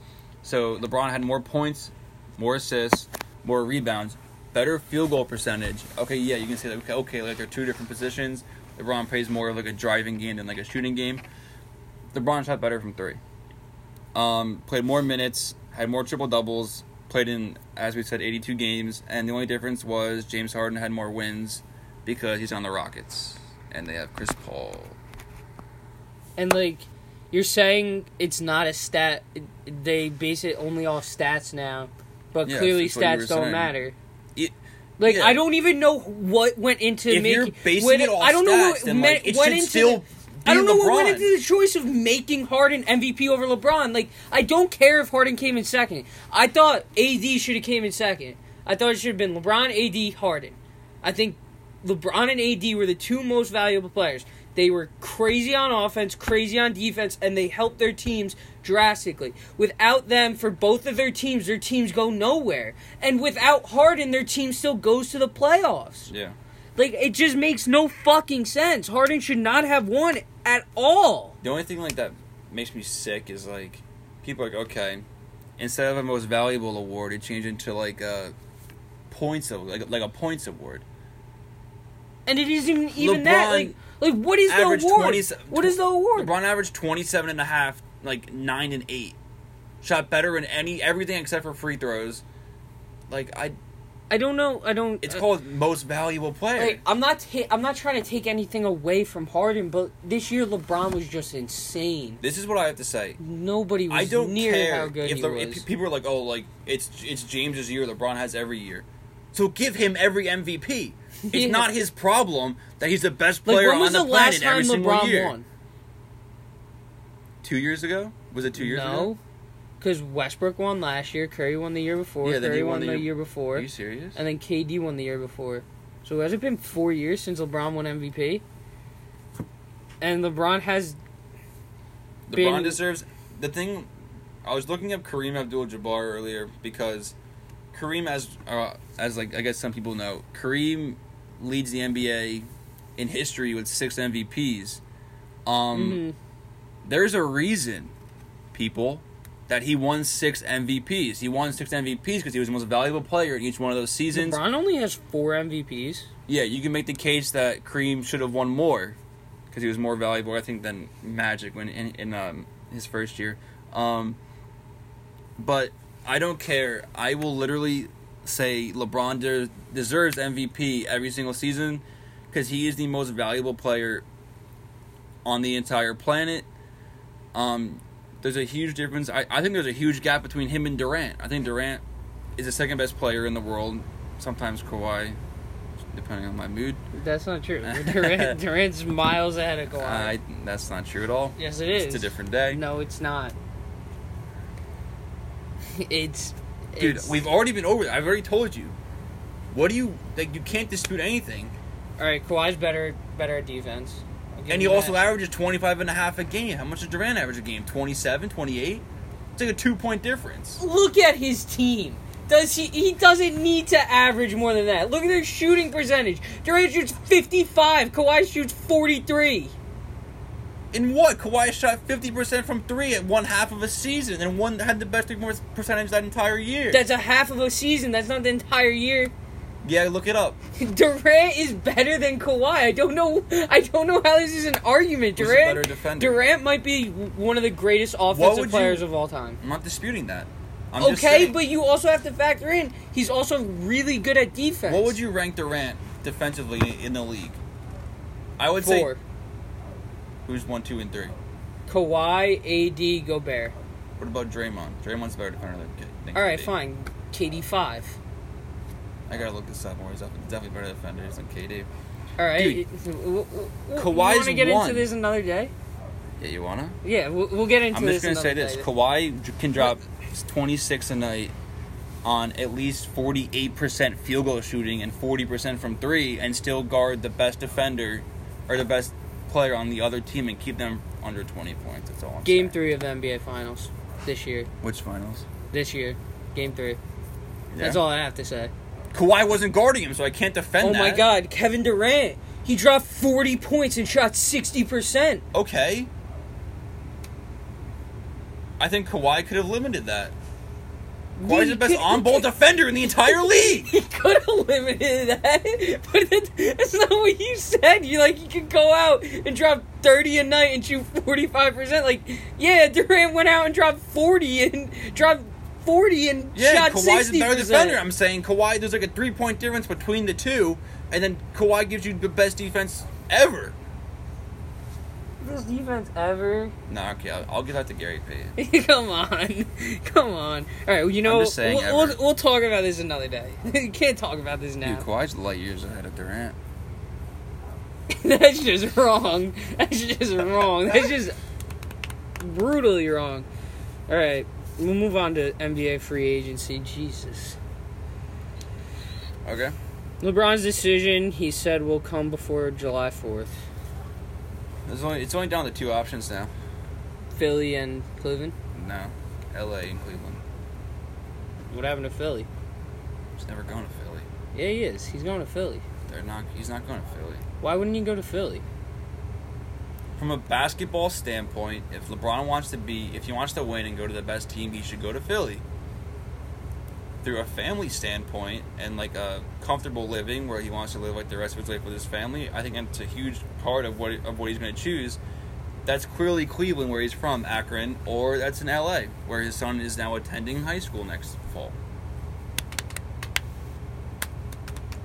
Speaker 1: So LeBron had more points, more assists, more rebounds, better field goal percentage. Okay, yeah, you can say that. Okay, okay, like they're two different positions. LeBron plays more of like a driving game than like a shooting game. LeBron shot better from three. Um, played more minutes, had more triple doubles, played in as we said 82 games, and the only difference was James Harden had more wins because he's on the Rockets and they have Chris Paul.
Speaker 2: And like, you're saying it's not a stat. They base it only off stats now, but
Speaker 1: Yeah,
Speaker 2: clearly
Speaker 1: that's what you
Speaker 2: stats
Speaker 1: were
Speaker 2: don't
Speaker 1: saying.
Speaker 2: matter.
Speaker 1: It-
Speaker 2: like
Speaker 1: yeah.
Speaker 2: I don't even know what went into
Speaker 1: If
Speaker 2: making.
Speaker 1: you're basing
Speaker 2: when-
Speaker 1: it off
Speaker 2: I don't know what
Speaker 1: stats, then,
Speaker 2: meant-
Speaker 1: like, it
Speaker 2: went
Speaker 1: should
Speaker 2: into
Speaker 1: still
Speaker 2: the-
Speaker 1: be
Speaker 2: I don't know what went
Speaker 1: LeBron.
Speaker 2: into the choice of making Harden MVP over LeBron. Like I don't care if Harden came in second. I thought AD should have came in second. I thought it should have been LeBron, AD, Harden. I think LeBron and AD were the two most valuable players. They were crazy on offense, crazy on defense, and they helped their teams drastically. Without them, for both of their teams, their teams go nowhere. And without Harden, their team still goes to the playoffs.
Speaker 1: Yeah.
Speaker 2: Like, it just makes no fucking sense. Harden should not have won at all.
Speaker 1: The only thing like that makes me sick is like people are like okay, instead of a most valuable award, it changed into like a points of like like a points award.
Speaker 2: And it isn't even, even that.
Speaker 1: LeBron
Speaker 2: Like, like, what is the
Speaker 1: averaged
Speaker 2: award?
Speaker 1: 27
Speaker 2: What is the award?
Speaker 1: LeBron averaged 27 and a half, like 9 and 8. Shot better in any everything except for free throws. Like I
Speaker 2: I don't know. I don't.
Speaker 1: it's
Speaker 2: I-
Speaker 1: called most valuable player.
Speaker 2: Uh, Like, I'm not. Ta- I'm not trying to take anything away from Harden, but this year LeBron was just insane.
Speaker 1: this is what I have to say.
Speaker 2: Nobody was
Speaker 1: I don't
Speaker 2: near
Speaker 1: care
Speaker 2: how good
Speaker 1: if,
Speaker 2: he
Speaker 1: the,
Speaker 2: was.
Speaker 1: if pe- people are like, "Oh, like it's it's James's year. LeBron has every year." So give him every
Speaker 2: [laughs]
Speaker 1: MVP. It's
Speaker 2: Yeah.
Speaker 1: not his problem that he's the best
Speaker 2: like
Speaker 1: player
Speaker 2: when was
Speaker 1: on the,
Speaker 2: the,
Speaker 1: planet
Speaker 2: last time
Speaker 1: every single
Speaker 2: LeBron
Speaker 1: year.
Speaker 2: won?
Speaker 1: 2 years ago? Was it 2 years
Speaker 2: No,
Speaker 1: ago?
Speaker 2: because Westbrook won last year. Curry won the year before.
Speaker 1: Yeah, then he
Speaker 2: Curry
Speaker 1: won
Speaker 2: won
Speaker 1: the
Speaker 2: the
Speaker 1: year-
Speaker 2: year before,
Speaker 1: Are you serious?
Speaker 2: and then KD won the year before. So has it been four years since LeBron won MVP? And LeBron has
Speaker 1: LeBron
Speaker 2: been-
Speaker 1: deserves the thing. I was looking up Kareem Abdul-Jabbar earlier because Kareem, as uh, as like I guess some people know, Kareem leads the NBA in history with six MVPs. Um,
Speaker 2: mhm,
Speaker 1: There's a reason, people, that he won six MVPs. He won six MVPs because he was the most valuable player in each one of those seasons.
Speaker 2: LeBron only has four MVPs.
Speaker 1: Yeah, you can make the case that Kareem should have won more because he was more valuable, I think, than Magic when in, in um, his first year. Um, but I don't care. I will literally say LeBron de- deserves MVP every single season because he is the most valuable player on the entire planet. Um, there's a huge difference. I, I think there's a huge gap between him and Durant. I think Durant is the second best player in the world. Sometimes Kawhi, depending on my mood.
Speaker 2: That's
Speaker 1: [laughs]
Speaker 2: not true. Durant, Durant's miles ahead of Kawhi.
Speaker 1: I, that's not true at all.
Speaker 2: yes, it
Speaker 1: it's
Speaker 2: is.
Speaker 1: a different day.
Speaker 2: No, it's not. It's.
Speaker 1: Dude,
Speaker 2: it's-
Speaker 1: we've already been over. I've already told you. What do you like? You can't dispute anything.
Speaker 2: all right. Kawhi's better, better at defense. I'll give
Speaker 1: And he
Speaker 2: you
Speaker 1: also
Speaker 2: that.
Speaker 1: averages 25 and a half a game. How much does Durant average a game? 27, 28? It's like a two point difference.
Speaker 2: look at his team. Does he? He doesn't need to average more than that. Look at their shooting percentage. Durant shoots fifty-five. Kawhi shoots forty-three.
Speaker 1: In what? Kawhi shot 50% from three at one half of a season, and one had the best three point percentage that entire year.
Speaker 2: That's a half of a season. That's not the entire year. [laughs]
Speaker 1: yeah, look it up.
Speaker 2: Durant is better than Kawhi. I don't know. I don't know how this is an argument.
Speaker 1: Who's a
Speaker 2: Durant.
Speaker 1: better defender?
Speaker 2: Durant might be one of the greatest offensive
Speaker 1: would
Speaker 2: players
Speaker 1: you-
Speaker 2: of all time.
Speaker 1: I'm not disputing that. I'm just
Speaker 2: Okay,
Speaker 1: saying,
Speaker 2: but you also have to factor in he's also really good at defense.
Speaker 1: What would you rank Durant defensively in the league? I would
Speaker 2: four?
Speaker 1: say. Who's one, two, and three?
Speaker 2: Kawhi, AD, Gobert.
Speaker 1: What about Draymond? Draymond's a better defender than than
Speaker 2: All right,
Speaker 1: KD.
Speaker 2: fine. KD five.
Speaker 1: I gotta look this up more. He's definitely better defenders than KD.
Speaker 2: All right.
Speaker 1: Dude,
Speaker 2: w- w- w- you
Speaker 1: Kawhi's
Speaker 2: want to get
Speaker 1: one.
Speaker 2: into this another day?
Speaker 1: Yeah, you wanna?
Speaker 2: Yeah, we'll, we'll get into
Speaker 1: I'm
Speaker 2: this.
Speaker 1: just gonna say
Speaker 2: another
Speaker 1: this:
Speaker 2: day.
Speaker 1: Kawhi j- can drop 26 a night on at least 48 percent field goal shooting and 40 percent from three, and still guard the best defender or the best player on the other team and keep them under 20 points. That's all. I'm
Speaker 2: Game
Speaker 1: saying.
Speaker 2: three of the NBA Finals this year.
Speaker 1: Which finals?
Speaker 2: This year, game three. That's
Speaker 1: Yeah.
Speaker 2: all I have to say.
Speaker 1: Kawhi wasn't guarding him, so I can't defend.
Speaker 2: oh my
Speaker 1: that.
Speaker 2: God, Kevin Durant. He dropped 40 points and shot 60%.
Speaker 1: Okay. I think Kawhi could have limited that. Kawhi's the
Speaker 2: you
Speaker 1: best
Speaker 2: can't-
Speaker 1: on-ball defender in the entire league.
Speaker 2: [laughs] He could have limited that, but that, that's not what you said. You like you could go out and drop 30 a night and shoot 45%. Like, yeah, Durant went out and dropped 40 and dropped 40 and
Speaker 1: Yeah,
Speaker 2: shot
Speaker 1: Kawhi's
Speaker 2: 60%.
Speaker 1: a better defender. I'm saying Kawhi, there's like a three point difference between the two, and then Kawhi gives you the best defense ever.
Speaker 2: This defense ever.
Speaker 1: Nah, okay, I'll, I'll give that to Gary Payton.
Speaker 2: [laughs] Come on, come on. All right, well, you know
Speaker 1: just saying
Speaker 2: we'll,
Speaker 1: ever.
Speaker 2: we'll, we'll talk about this another day. [laughs] you can't talk about this now.
Speaker 1: Kawhi's light years ahead of Durant.
Speaker 2: [laughs] That's just wrong. That's just wrong. That's just brutally wrong. All right, we'll move on to NBA free agency. Jesus.
Speaker 1: Okay.
Speaker 2: LeBron's decision, he said, will come before July 4th.
Speaker 1: There's only, it's only down to two options now.
Speaker 2: Philly and Cleveland.
Speaker 1: No. LA and Cleveland.
Speaker 2: What happened to Philly?
Speaker 1: He's never going to Philly.
Speaker 2: Yeah, he is. He's going to Philly.
Speaker 1: They're not. He's not going to Philly.
Speaker 2: Why wouldn't he go to Philly?
Speaker 1: From a basketball standpoint, if LeBron wants to be, if he wants to win and go to the best team, he should go to Philly. Through a family standpoint and like a comfortable living where he wants to live like the rest of his life with his family, I think that's a huge part of what of what he's going to choose. That's clearly Cleveland, where he's from, Akron, or that's in LA, where his son is now attending high school next fall.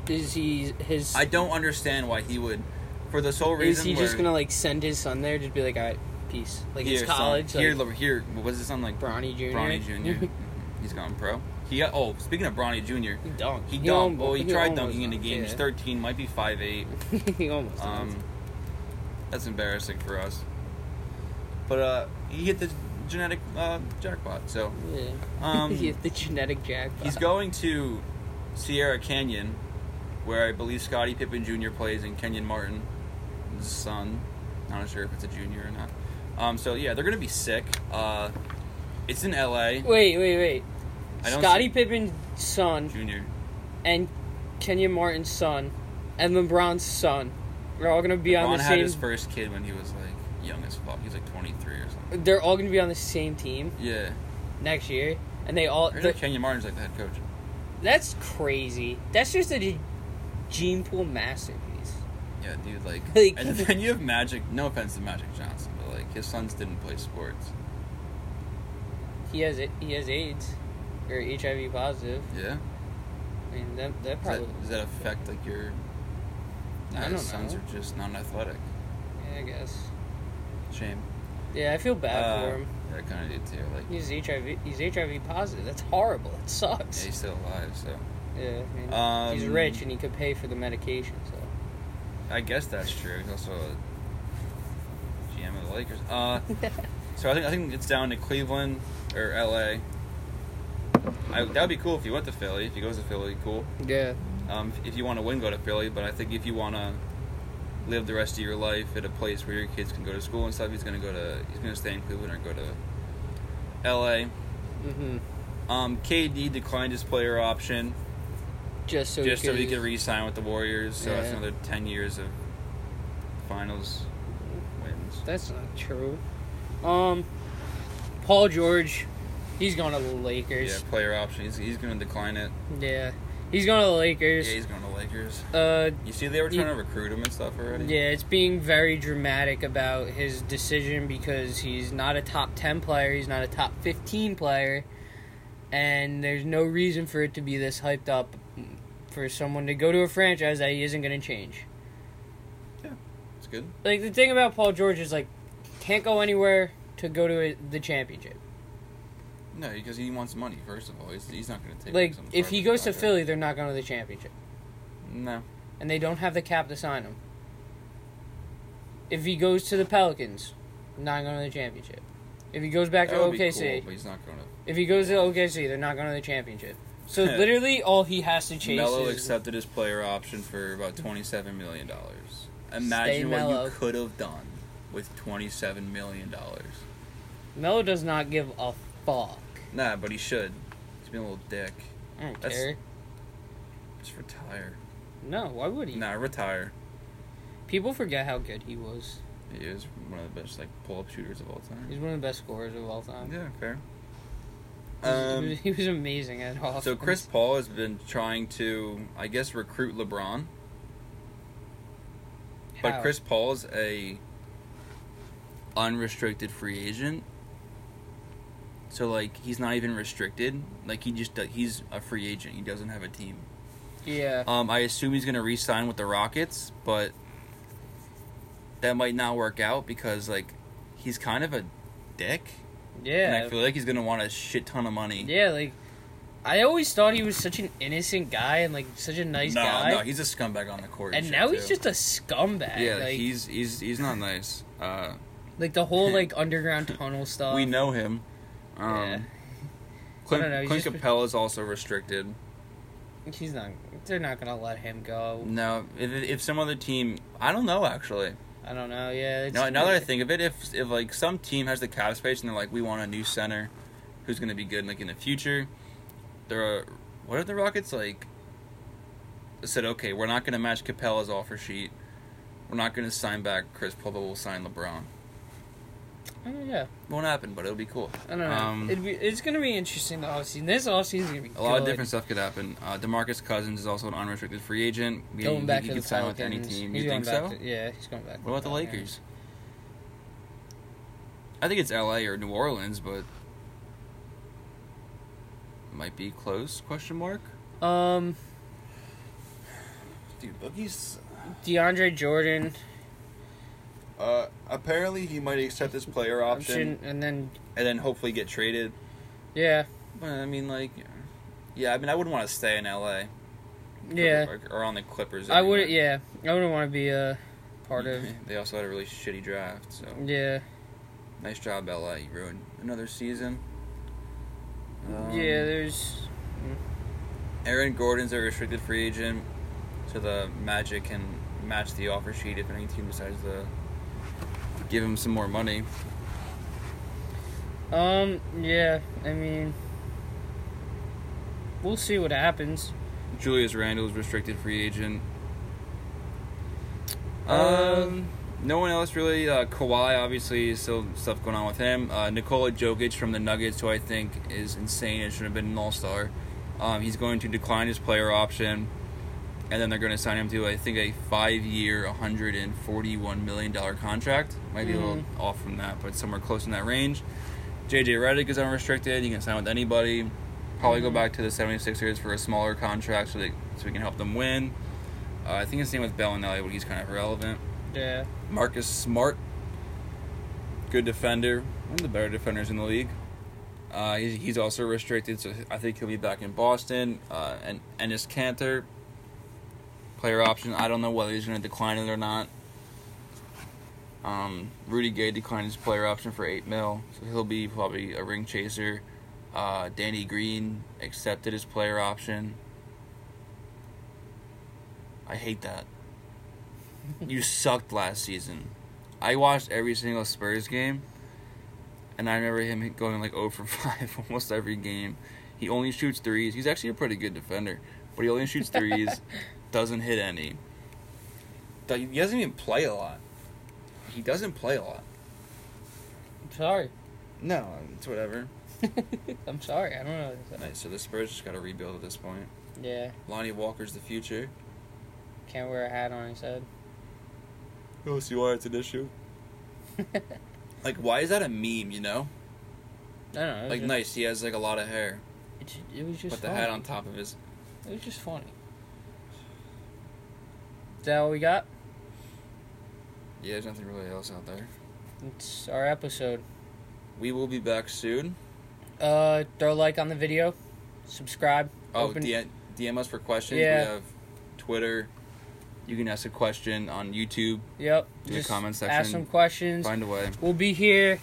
Speaker 2: Is he his?
Speaker 1: I don't understand why he would, for the sole
Speaker 2: is
Speaker 1: reason.
Speaker 2: he just
Speaker 1: where-
Speaker 2: gonna like send his son there? Just be like, all right, peace. Like
Speaker 1: here,
Speaker 2: his
Speaker 1: son-
Speaker 2: college.
Speaker 1: here,
Speaker 2: like,
Speaker 1: Le- here, what was his son like?
Speaker 2: Bronny Jr.
Speaker 1: Bronny Jr.
Speaker 2: [laughs]
Speaker 1: He's gone pro. He got, oh, speaking of Bronny Jr.
Speaker 2: he dunked.
Speaker 1: He dunked.
Speaker 2: almo-
Speaker 1: Well, he, tried dunking in
Speaker 2: almost
Speaker 1: the game. He's
Speaker 2: dunked,
Speaker 1: 13, might be 5'8".
Speaker 2: yeah. [laughs] he almost.
Speaker 1: Um,
Speaker 2: dunked.
Speaker 1: that's embarrassing for us. But uh, he hit the genetic uh, jackpot. So
Speaker 2: Yeah.
Speaker 1: um,
Speaker 2: [laughs] he hit the genetic jackpot.
Speaker 1: he's going to Sierra Canyon, where I believe Scottie Pippen Jr. plays and Kenyon Martin's son. Not sure if it's a junior or not. Um, so yeah, they're gonna be sick. Uh, it's in LA.
Speaker 2: Wait, wait, wait.
Speaker 1: I don't
Speaker 2: Scottie
Speaker 1: see-
Speaker 2: Pippen's son
Speaker 1: Junior.
Speaker 2: and Kenya Martin's son and LeBron's son are all gonna be on
Speaker 1: Ron
Speaker 2: the
Speaker 1: had
Speaker 2: same.
Speaker 1: his first kid when he was like young as fuck. He's like 23 or something.
Speaker 2: They're all gonna be on the same team
Speaker 1: Yeah.
Speaker 2: next year, and they all.
Speaker 1: Kenyon
Speaker 2: the-
Speaker 1: Kenya Martin's like the head coach.
Speaker 2: that's crazy. That's just a g- gene pool masterpiece.
Speaker 1: Yeah, dude. Like,
Speaker 2: [laughs] Like-
Speaker 1: and then you have Magic. No offense to Magic Johnson, but like his sons didn't play sports.
Speaker 2: He has it. He has AIDS or HIV positive.
Speaker 1: Yeah.
Speaker 2: I mean, that that
Speaker 1: Does
Speaker 2: probably.
Speaker 1: that, does that affect like your?
Speaker 2: I
Speaker 1: his
Speaker 2: don't
Speaker 1: sons
Speaker 2: know.
Speaker 1: are just non-athletic.
Speaker 2: yeah, I guess.
Speaker 1: Shame.
Speaker 2: Yeah, I feel bad
Speaker 1: Uh,
Speaker 2: for him.
Speaker 1: yeah, I kind of did too. Like, yeah,
Speaker 2: He's HIV. He's HIV positive. That's horrible. It sucks.
Speaker 1: he's still alive, so
Speaker 2: Yeah. I mean,
Speaker 1: Um,
Speaker 2: he's rich and he could pay for the medication. So.
Speaker 1: I guess that's true. He's also a GM of the Lakers. Uh, so I think I think it's down to Cleveland or LA. I, that would be cool if you went to Philly. If he goes to Philly, cool.
Speaker 2: yeah.
Speaker 1: Um, if you want to win, go to Philly. But I think if you want to live the rest of your life at a place where your kids can go to school and stuff, he's gonna go to he's gonna stay in Cleveland or go to L.A.
Speaker 2: Mm-hmm.
Speaker 1: Um, KD declined his player option
Speaker 2: Just so.
Speaker 1: just
Speaker 2: he
Speaker 1: so
Speaker 2: could,
Speaker 1: he could re-sign with the Warriors. So that's
Speaker 2: Yeah.
Speaker 1: another ten years of finals wins.
Speaker 2: That's not true. Um, Paul George, he's going to the
Speaker 1: Yeah,
Speaker 2: Lakers.
Speaker 1: player option. He's, he's gonna decline it.
Speaker 2: Yeah. He's going to the
Speaker 1: Yeah,
Speaker 2: Lakers.
Speaker 1: he's going to Lakers.
Speaker 2: Uh,
Speaker 1: You see, they were
Speaker 2: He-
Speaker 1: trying to recruit him and stuff already.
Speaker 2: yeah, it's being very dramatic about his decision because he's not a top 10 player, he's not a top 15 player, and there's no reason for it to be this hyped up for someone to go to a franchise that he isn't going to change.
Speaker 1: it's good.
Speaker 2: Like, the thing about Paul George is, like, can't go anywhere to go to a, the championship.
Speaker 1: No, because he wants money. First of all, he's, he's not going to take.
Speaker 2: Like,
Speaker 1: some
Speaker 2: if he
Speaker 1: garbage
Speaker 2: goes to
Speaker 1: contract.
Speaker 2: Philly, they're not going to the championship.
Speaker 1: no,
Speaker 2: and they don't have the cap to sign him. If he goes to the Pelicans, not going to the championship. If he goes back to
Speaker 1: That would be
Speaker 2: OKC,
Speaker 1: cool, but he's not going to.
Speaker 2: if he goes to OKC, they're not going to the championship. So literally, all he has to chase
Speaker 1: Melo
Speaker 2: is
Speaker 1: accepted his player option for about twenty-seven million dollars. Imagine what
Speaker 2: mellow.
Speaker 1: you could have done with twenty-seven million dollars.
Speaker 2: Melo does not give a fuck.
Speaker 1: Nah, but he should. He's being a little dick.
Speaker 2: I don't
Speaker 1: That's-
Speaker 2: care.
Speaker 1: Just retire.
Speaker 2: No, why would he?
Speaker 1: Nah, retire.
Speaker 2: People forget how good he was.
Speaker 1: He is one of the best like pull-up shooters of all time.
Speaker 2: He's one of the best scorers of all time.
Speaker 1: Yeah, fair.
Speaker 2: He was-
Speaker 1: Um,
Speaker 2: [laughs] he was amazing at all.
Speaker 1: so Chris
Speaker 2: [laughs]
Speaker 1: Paul has been trying to, I guess, recruit LeBron, but Chris Paul's a unrestricted free agent. So like he's not even restricted. Like he just he's a free agent. He doesn't have a team.
Speaker 2: Yeah.
Speaker 1: Um, I assume he's gonna re-sign with the Rockets, but that might not work out because like he's kind of a dick, and
Speaker 2: Yeah.
Speaker 1: I feel like he's gonna want a shit ton of money.
Speaker 2: Yeah, like I always thought he was such an innocent guy and like such a nice
Speaker 1: no,
Speaker 2: guy.
Speaker 1: no, he's a scumbag on the court.
Speaker 2: and
Speaker 1: shit,
Speaker 2: now he's
Speaker 1: too.
Speaker 2: just a scumbag.
Speaker 1: yeah.
Speaker 2: like,
Speaker 1: he's he's he's not nice. Uh,
Speaker 2: like
Speaker 1: [laughs]
Speaker 2: the whole like underground tunnel stuff.
Speaker 1: we know him. Um,
Speaker 2: Uh, Yeah.
Speaker 1: Clint,
Speaker 2: I don't know, he's
Speaker 1: Clint
Speaker 2: just-
Speaker 1: Capella's also restricted.
Speaker 2: he's not. They're not gonna let him go.
Speaker 1: No, if, if some other team, I don't know actually.
Speaker 2: I don't know. Yeah. It's,
Speaker 1: Now, now that I think of it, if if like some team has the cap space and they're like, we want a new center, who's going to be good like in the future, they're uh, what are the Rockets like? Said okay, we're not going to match Capella's offer sheet. We're not going to sign back Chris Paul, but we'll sign LeBron.
Speaker 2: I don't know, yeah.
Speaker 1: Won't happen, but it'll be cool.
Speaker 2: I don't know.
Speaker 1: Um,
Speaker 2: It'd be, it's gonna be interesting the offseason. This offseason's gonna be
Speaker 1: A lot of
Speaker 2: good.
Speaker 1: different stuff could happen. Uh, Demarcus Cousins is also an unrestricted free agent. He-
Speaker 2: Going back
Speaker 1: he
Speaker 2: to
Speaker 1: could
Speaker 2: the
Speaker 1: sign
Speaker 2: Pelicans.
Speaker 1: with any team.
Speaker 2: He's
Speaker 1: you
Speaker 2: going
Speaker 1: think
Speaker 2: back
Speaker 1: so?
Speaker 2: to- yeah, he's going back. to
Speaker 1: What about the
Speaker 2: Pelicans.
Speaker 1: Lakers? I think it's LA or New Orleans, but might be close? Question mark.
Speaker 2: Um,
Speaker 1: Dude, Boogie's.
Speaker 2: DeAndre Jordan.
Speaker 1: Uh, apparently he might accept his player
Speaker 2: Option. And then
Speaker 1: and then hopefully get traded.
Speaker 2: yeah,
Speaker 1: But I mean, like, yeah, I mean, I wouldn't want to stay in LA.
Speaker 2: yeah.
Speaker 1: Or, or on the Clippers.
Speaker 2: I
Speaker 1: anyway.
Speaker 2: wouldn't. Yeah, I wouldn't want to be a part of.
Speaker 1: [laughs] They also had a really shitty draft, so
Speaker 2: Yeah,
Speaker 1: nice job, LA. You ruined another season. Um,
Speaker 2: yeah. There's.
Speaker 1: Aaron Gordon's a restricted free agent, so the Magic can match the offer sheet if any team decides to give him some more money.
Speaker 2: Um. Yeah. I mean. We'll see what happens.
Speaker 1: Julius Randle's restricted free agent. Um,
Speaker 2: Um,
Speaker 1: no one else really. Uh, Kawhi, obviously, still stuff going on with him. Uh, Nikola Jokic from the Nuggets, who I think is insane and should have been an All Star. Um, he's going to decline his player option, and then they're going to sign him to I think a five-year, one hundred and forty-one million dollar contract. Might be a little off from that, but somewhere close in that range. JJ Redick is unrestricted. You can sign with anybody. Probably go back to the 76ers for a smaller contract so, they, so we can help them win. Uh, I think it's the same with Bellinelli, but he's kind of irrelevant.
Speaker 2: Yeah.
Speaker 1: Marcus Smart good defender, one of the better defenders in the league. Uh, he's, he's also restricted, so I think he'll be back in Boston. Uh, and Ennis Cantor, player option. I don't know whether he's going to decline it or not. Um, Rudy Gay declined his player option for eight mil, so he'll be probably a ring chaser. Uh, Danny Green accepted his player option. I hate that. you sucked last season. I watched every single Spurs game, and I remember him going like [laughs] 0 for 5 almost every game. He only shoots threes. He's actually a pretty good defender, but he only
Speaker 4: [laughs]
Speaker 1: shoots threes, doesn't hit any.
Speaker 4: He doesn't even play a lot. He doesn't play a lot.
Speaker 2: I'm sorry.
Speaker 4: No, it's whatever.
Speaker 2: [laughs] I'm sorry. I don't know. what to say.
Speaker 4: Right, so the Spurs just got to rebuild at this point.
Speaker 2: Yeah.
Speaker 4: Lonnie Walker's the future.
Speaker 2: Can't wear a hat on his head.
Speaker 4: Oh, so you are. It's an issue. Like, why is that a meme? You [laughs] know,
Speaker 2: I don't know. it was
Speaker 4: like
Speaker 2: just-
Speaker 4: nice. He has like a lot of hair.
Speaker 2: It, ju- it was just
Speaker 4: Put the
Speaker 2: funny.
Speaker 4: hat on top of his.
Speaker 2: It was just funny. Is that all we got?
Speaker 4: Yeah, there's nothing really else out there.
Speaker 2: It's our episode.
Speaker 4: We will be back soon.
Speaker 2: Uh, throw a like on the video, subscribe.
Speaker 4: Oh,
Speaker 2: open-
Speaker 4: DM, DM us for questions.
Speaker 2: Yeah.
Speaker 4: We have Twitter.
Speaker 1: You can ask a question on YouTube.
Speaker 2: Yep.
Speaker 1: in the
Speaker 2: just
Speaker 1: comment
Speaker 2: Ask
Speaker 1: section.
Speaker 2: some questions.
Speaker 1: Find a way.
Speaker 2: We'll be here.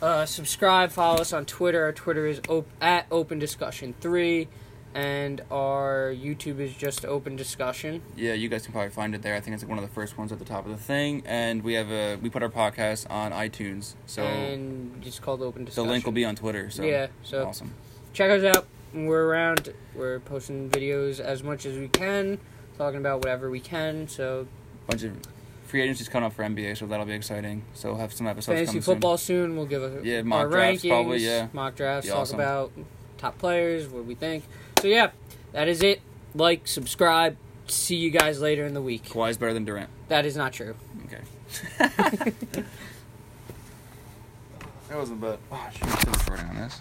Speaker 2: Uh, subscribe, follow us on Twitter. Our Twitter is op- at Open Discussion Three, and our YouTube is just Open Discussion.
Speaker 1: Yeah, you guys can probably find it there. I think it's like one of the first ones at the top of the thing. And we have a we put our podcast on iTunes, so
Speaker 2: and it's called Open
Speaker 1: the
Speaker 2: Discussion.
Speaker 1: link will be on Twitter. So
Speaker 2: Yeah, so-
Speaker 1: awesome.
Speaker 2: Check us out. We're around. We're posting videos as much as we can, talking about whatever we can. So
Speaker 1: Bunch of free agencies coming up for NBA, so that'll be exciting. So we'll have some episodes
Speaker 2: fantasy
Speaker 1: coming
Speaker 2: football soon. We'll give a
Speaker 1: Yeah, mock
Speaker 2: our
Speaker 1: drafts
Speaker 2: rankings,
Speaker 1: probably, yeah.
Speaker 2: mock drafts.
Speaker 1: Be
Speaker 2: talk
Speaker 1: awesome.
Speaker 2: about top players, what we think. So yeah, that is it. Like, subscribe. See you guys later in the week.
Speaker 1: soon. Kawhi's better than Durant.
Speaker 2: That is not true.
Speaker 1: Okay.
Speaker 4: That wasn't bad.
Speaker 1: Oh, shoot, I'm recording on this.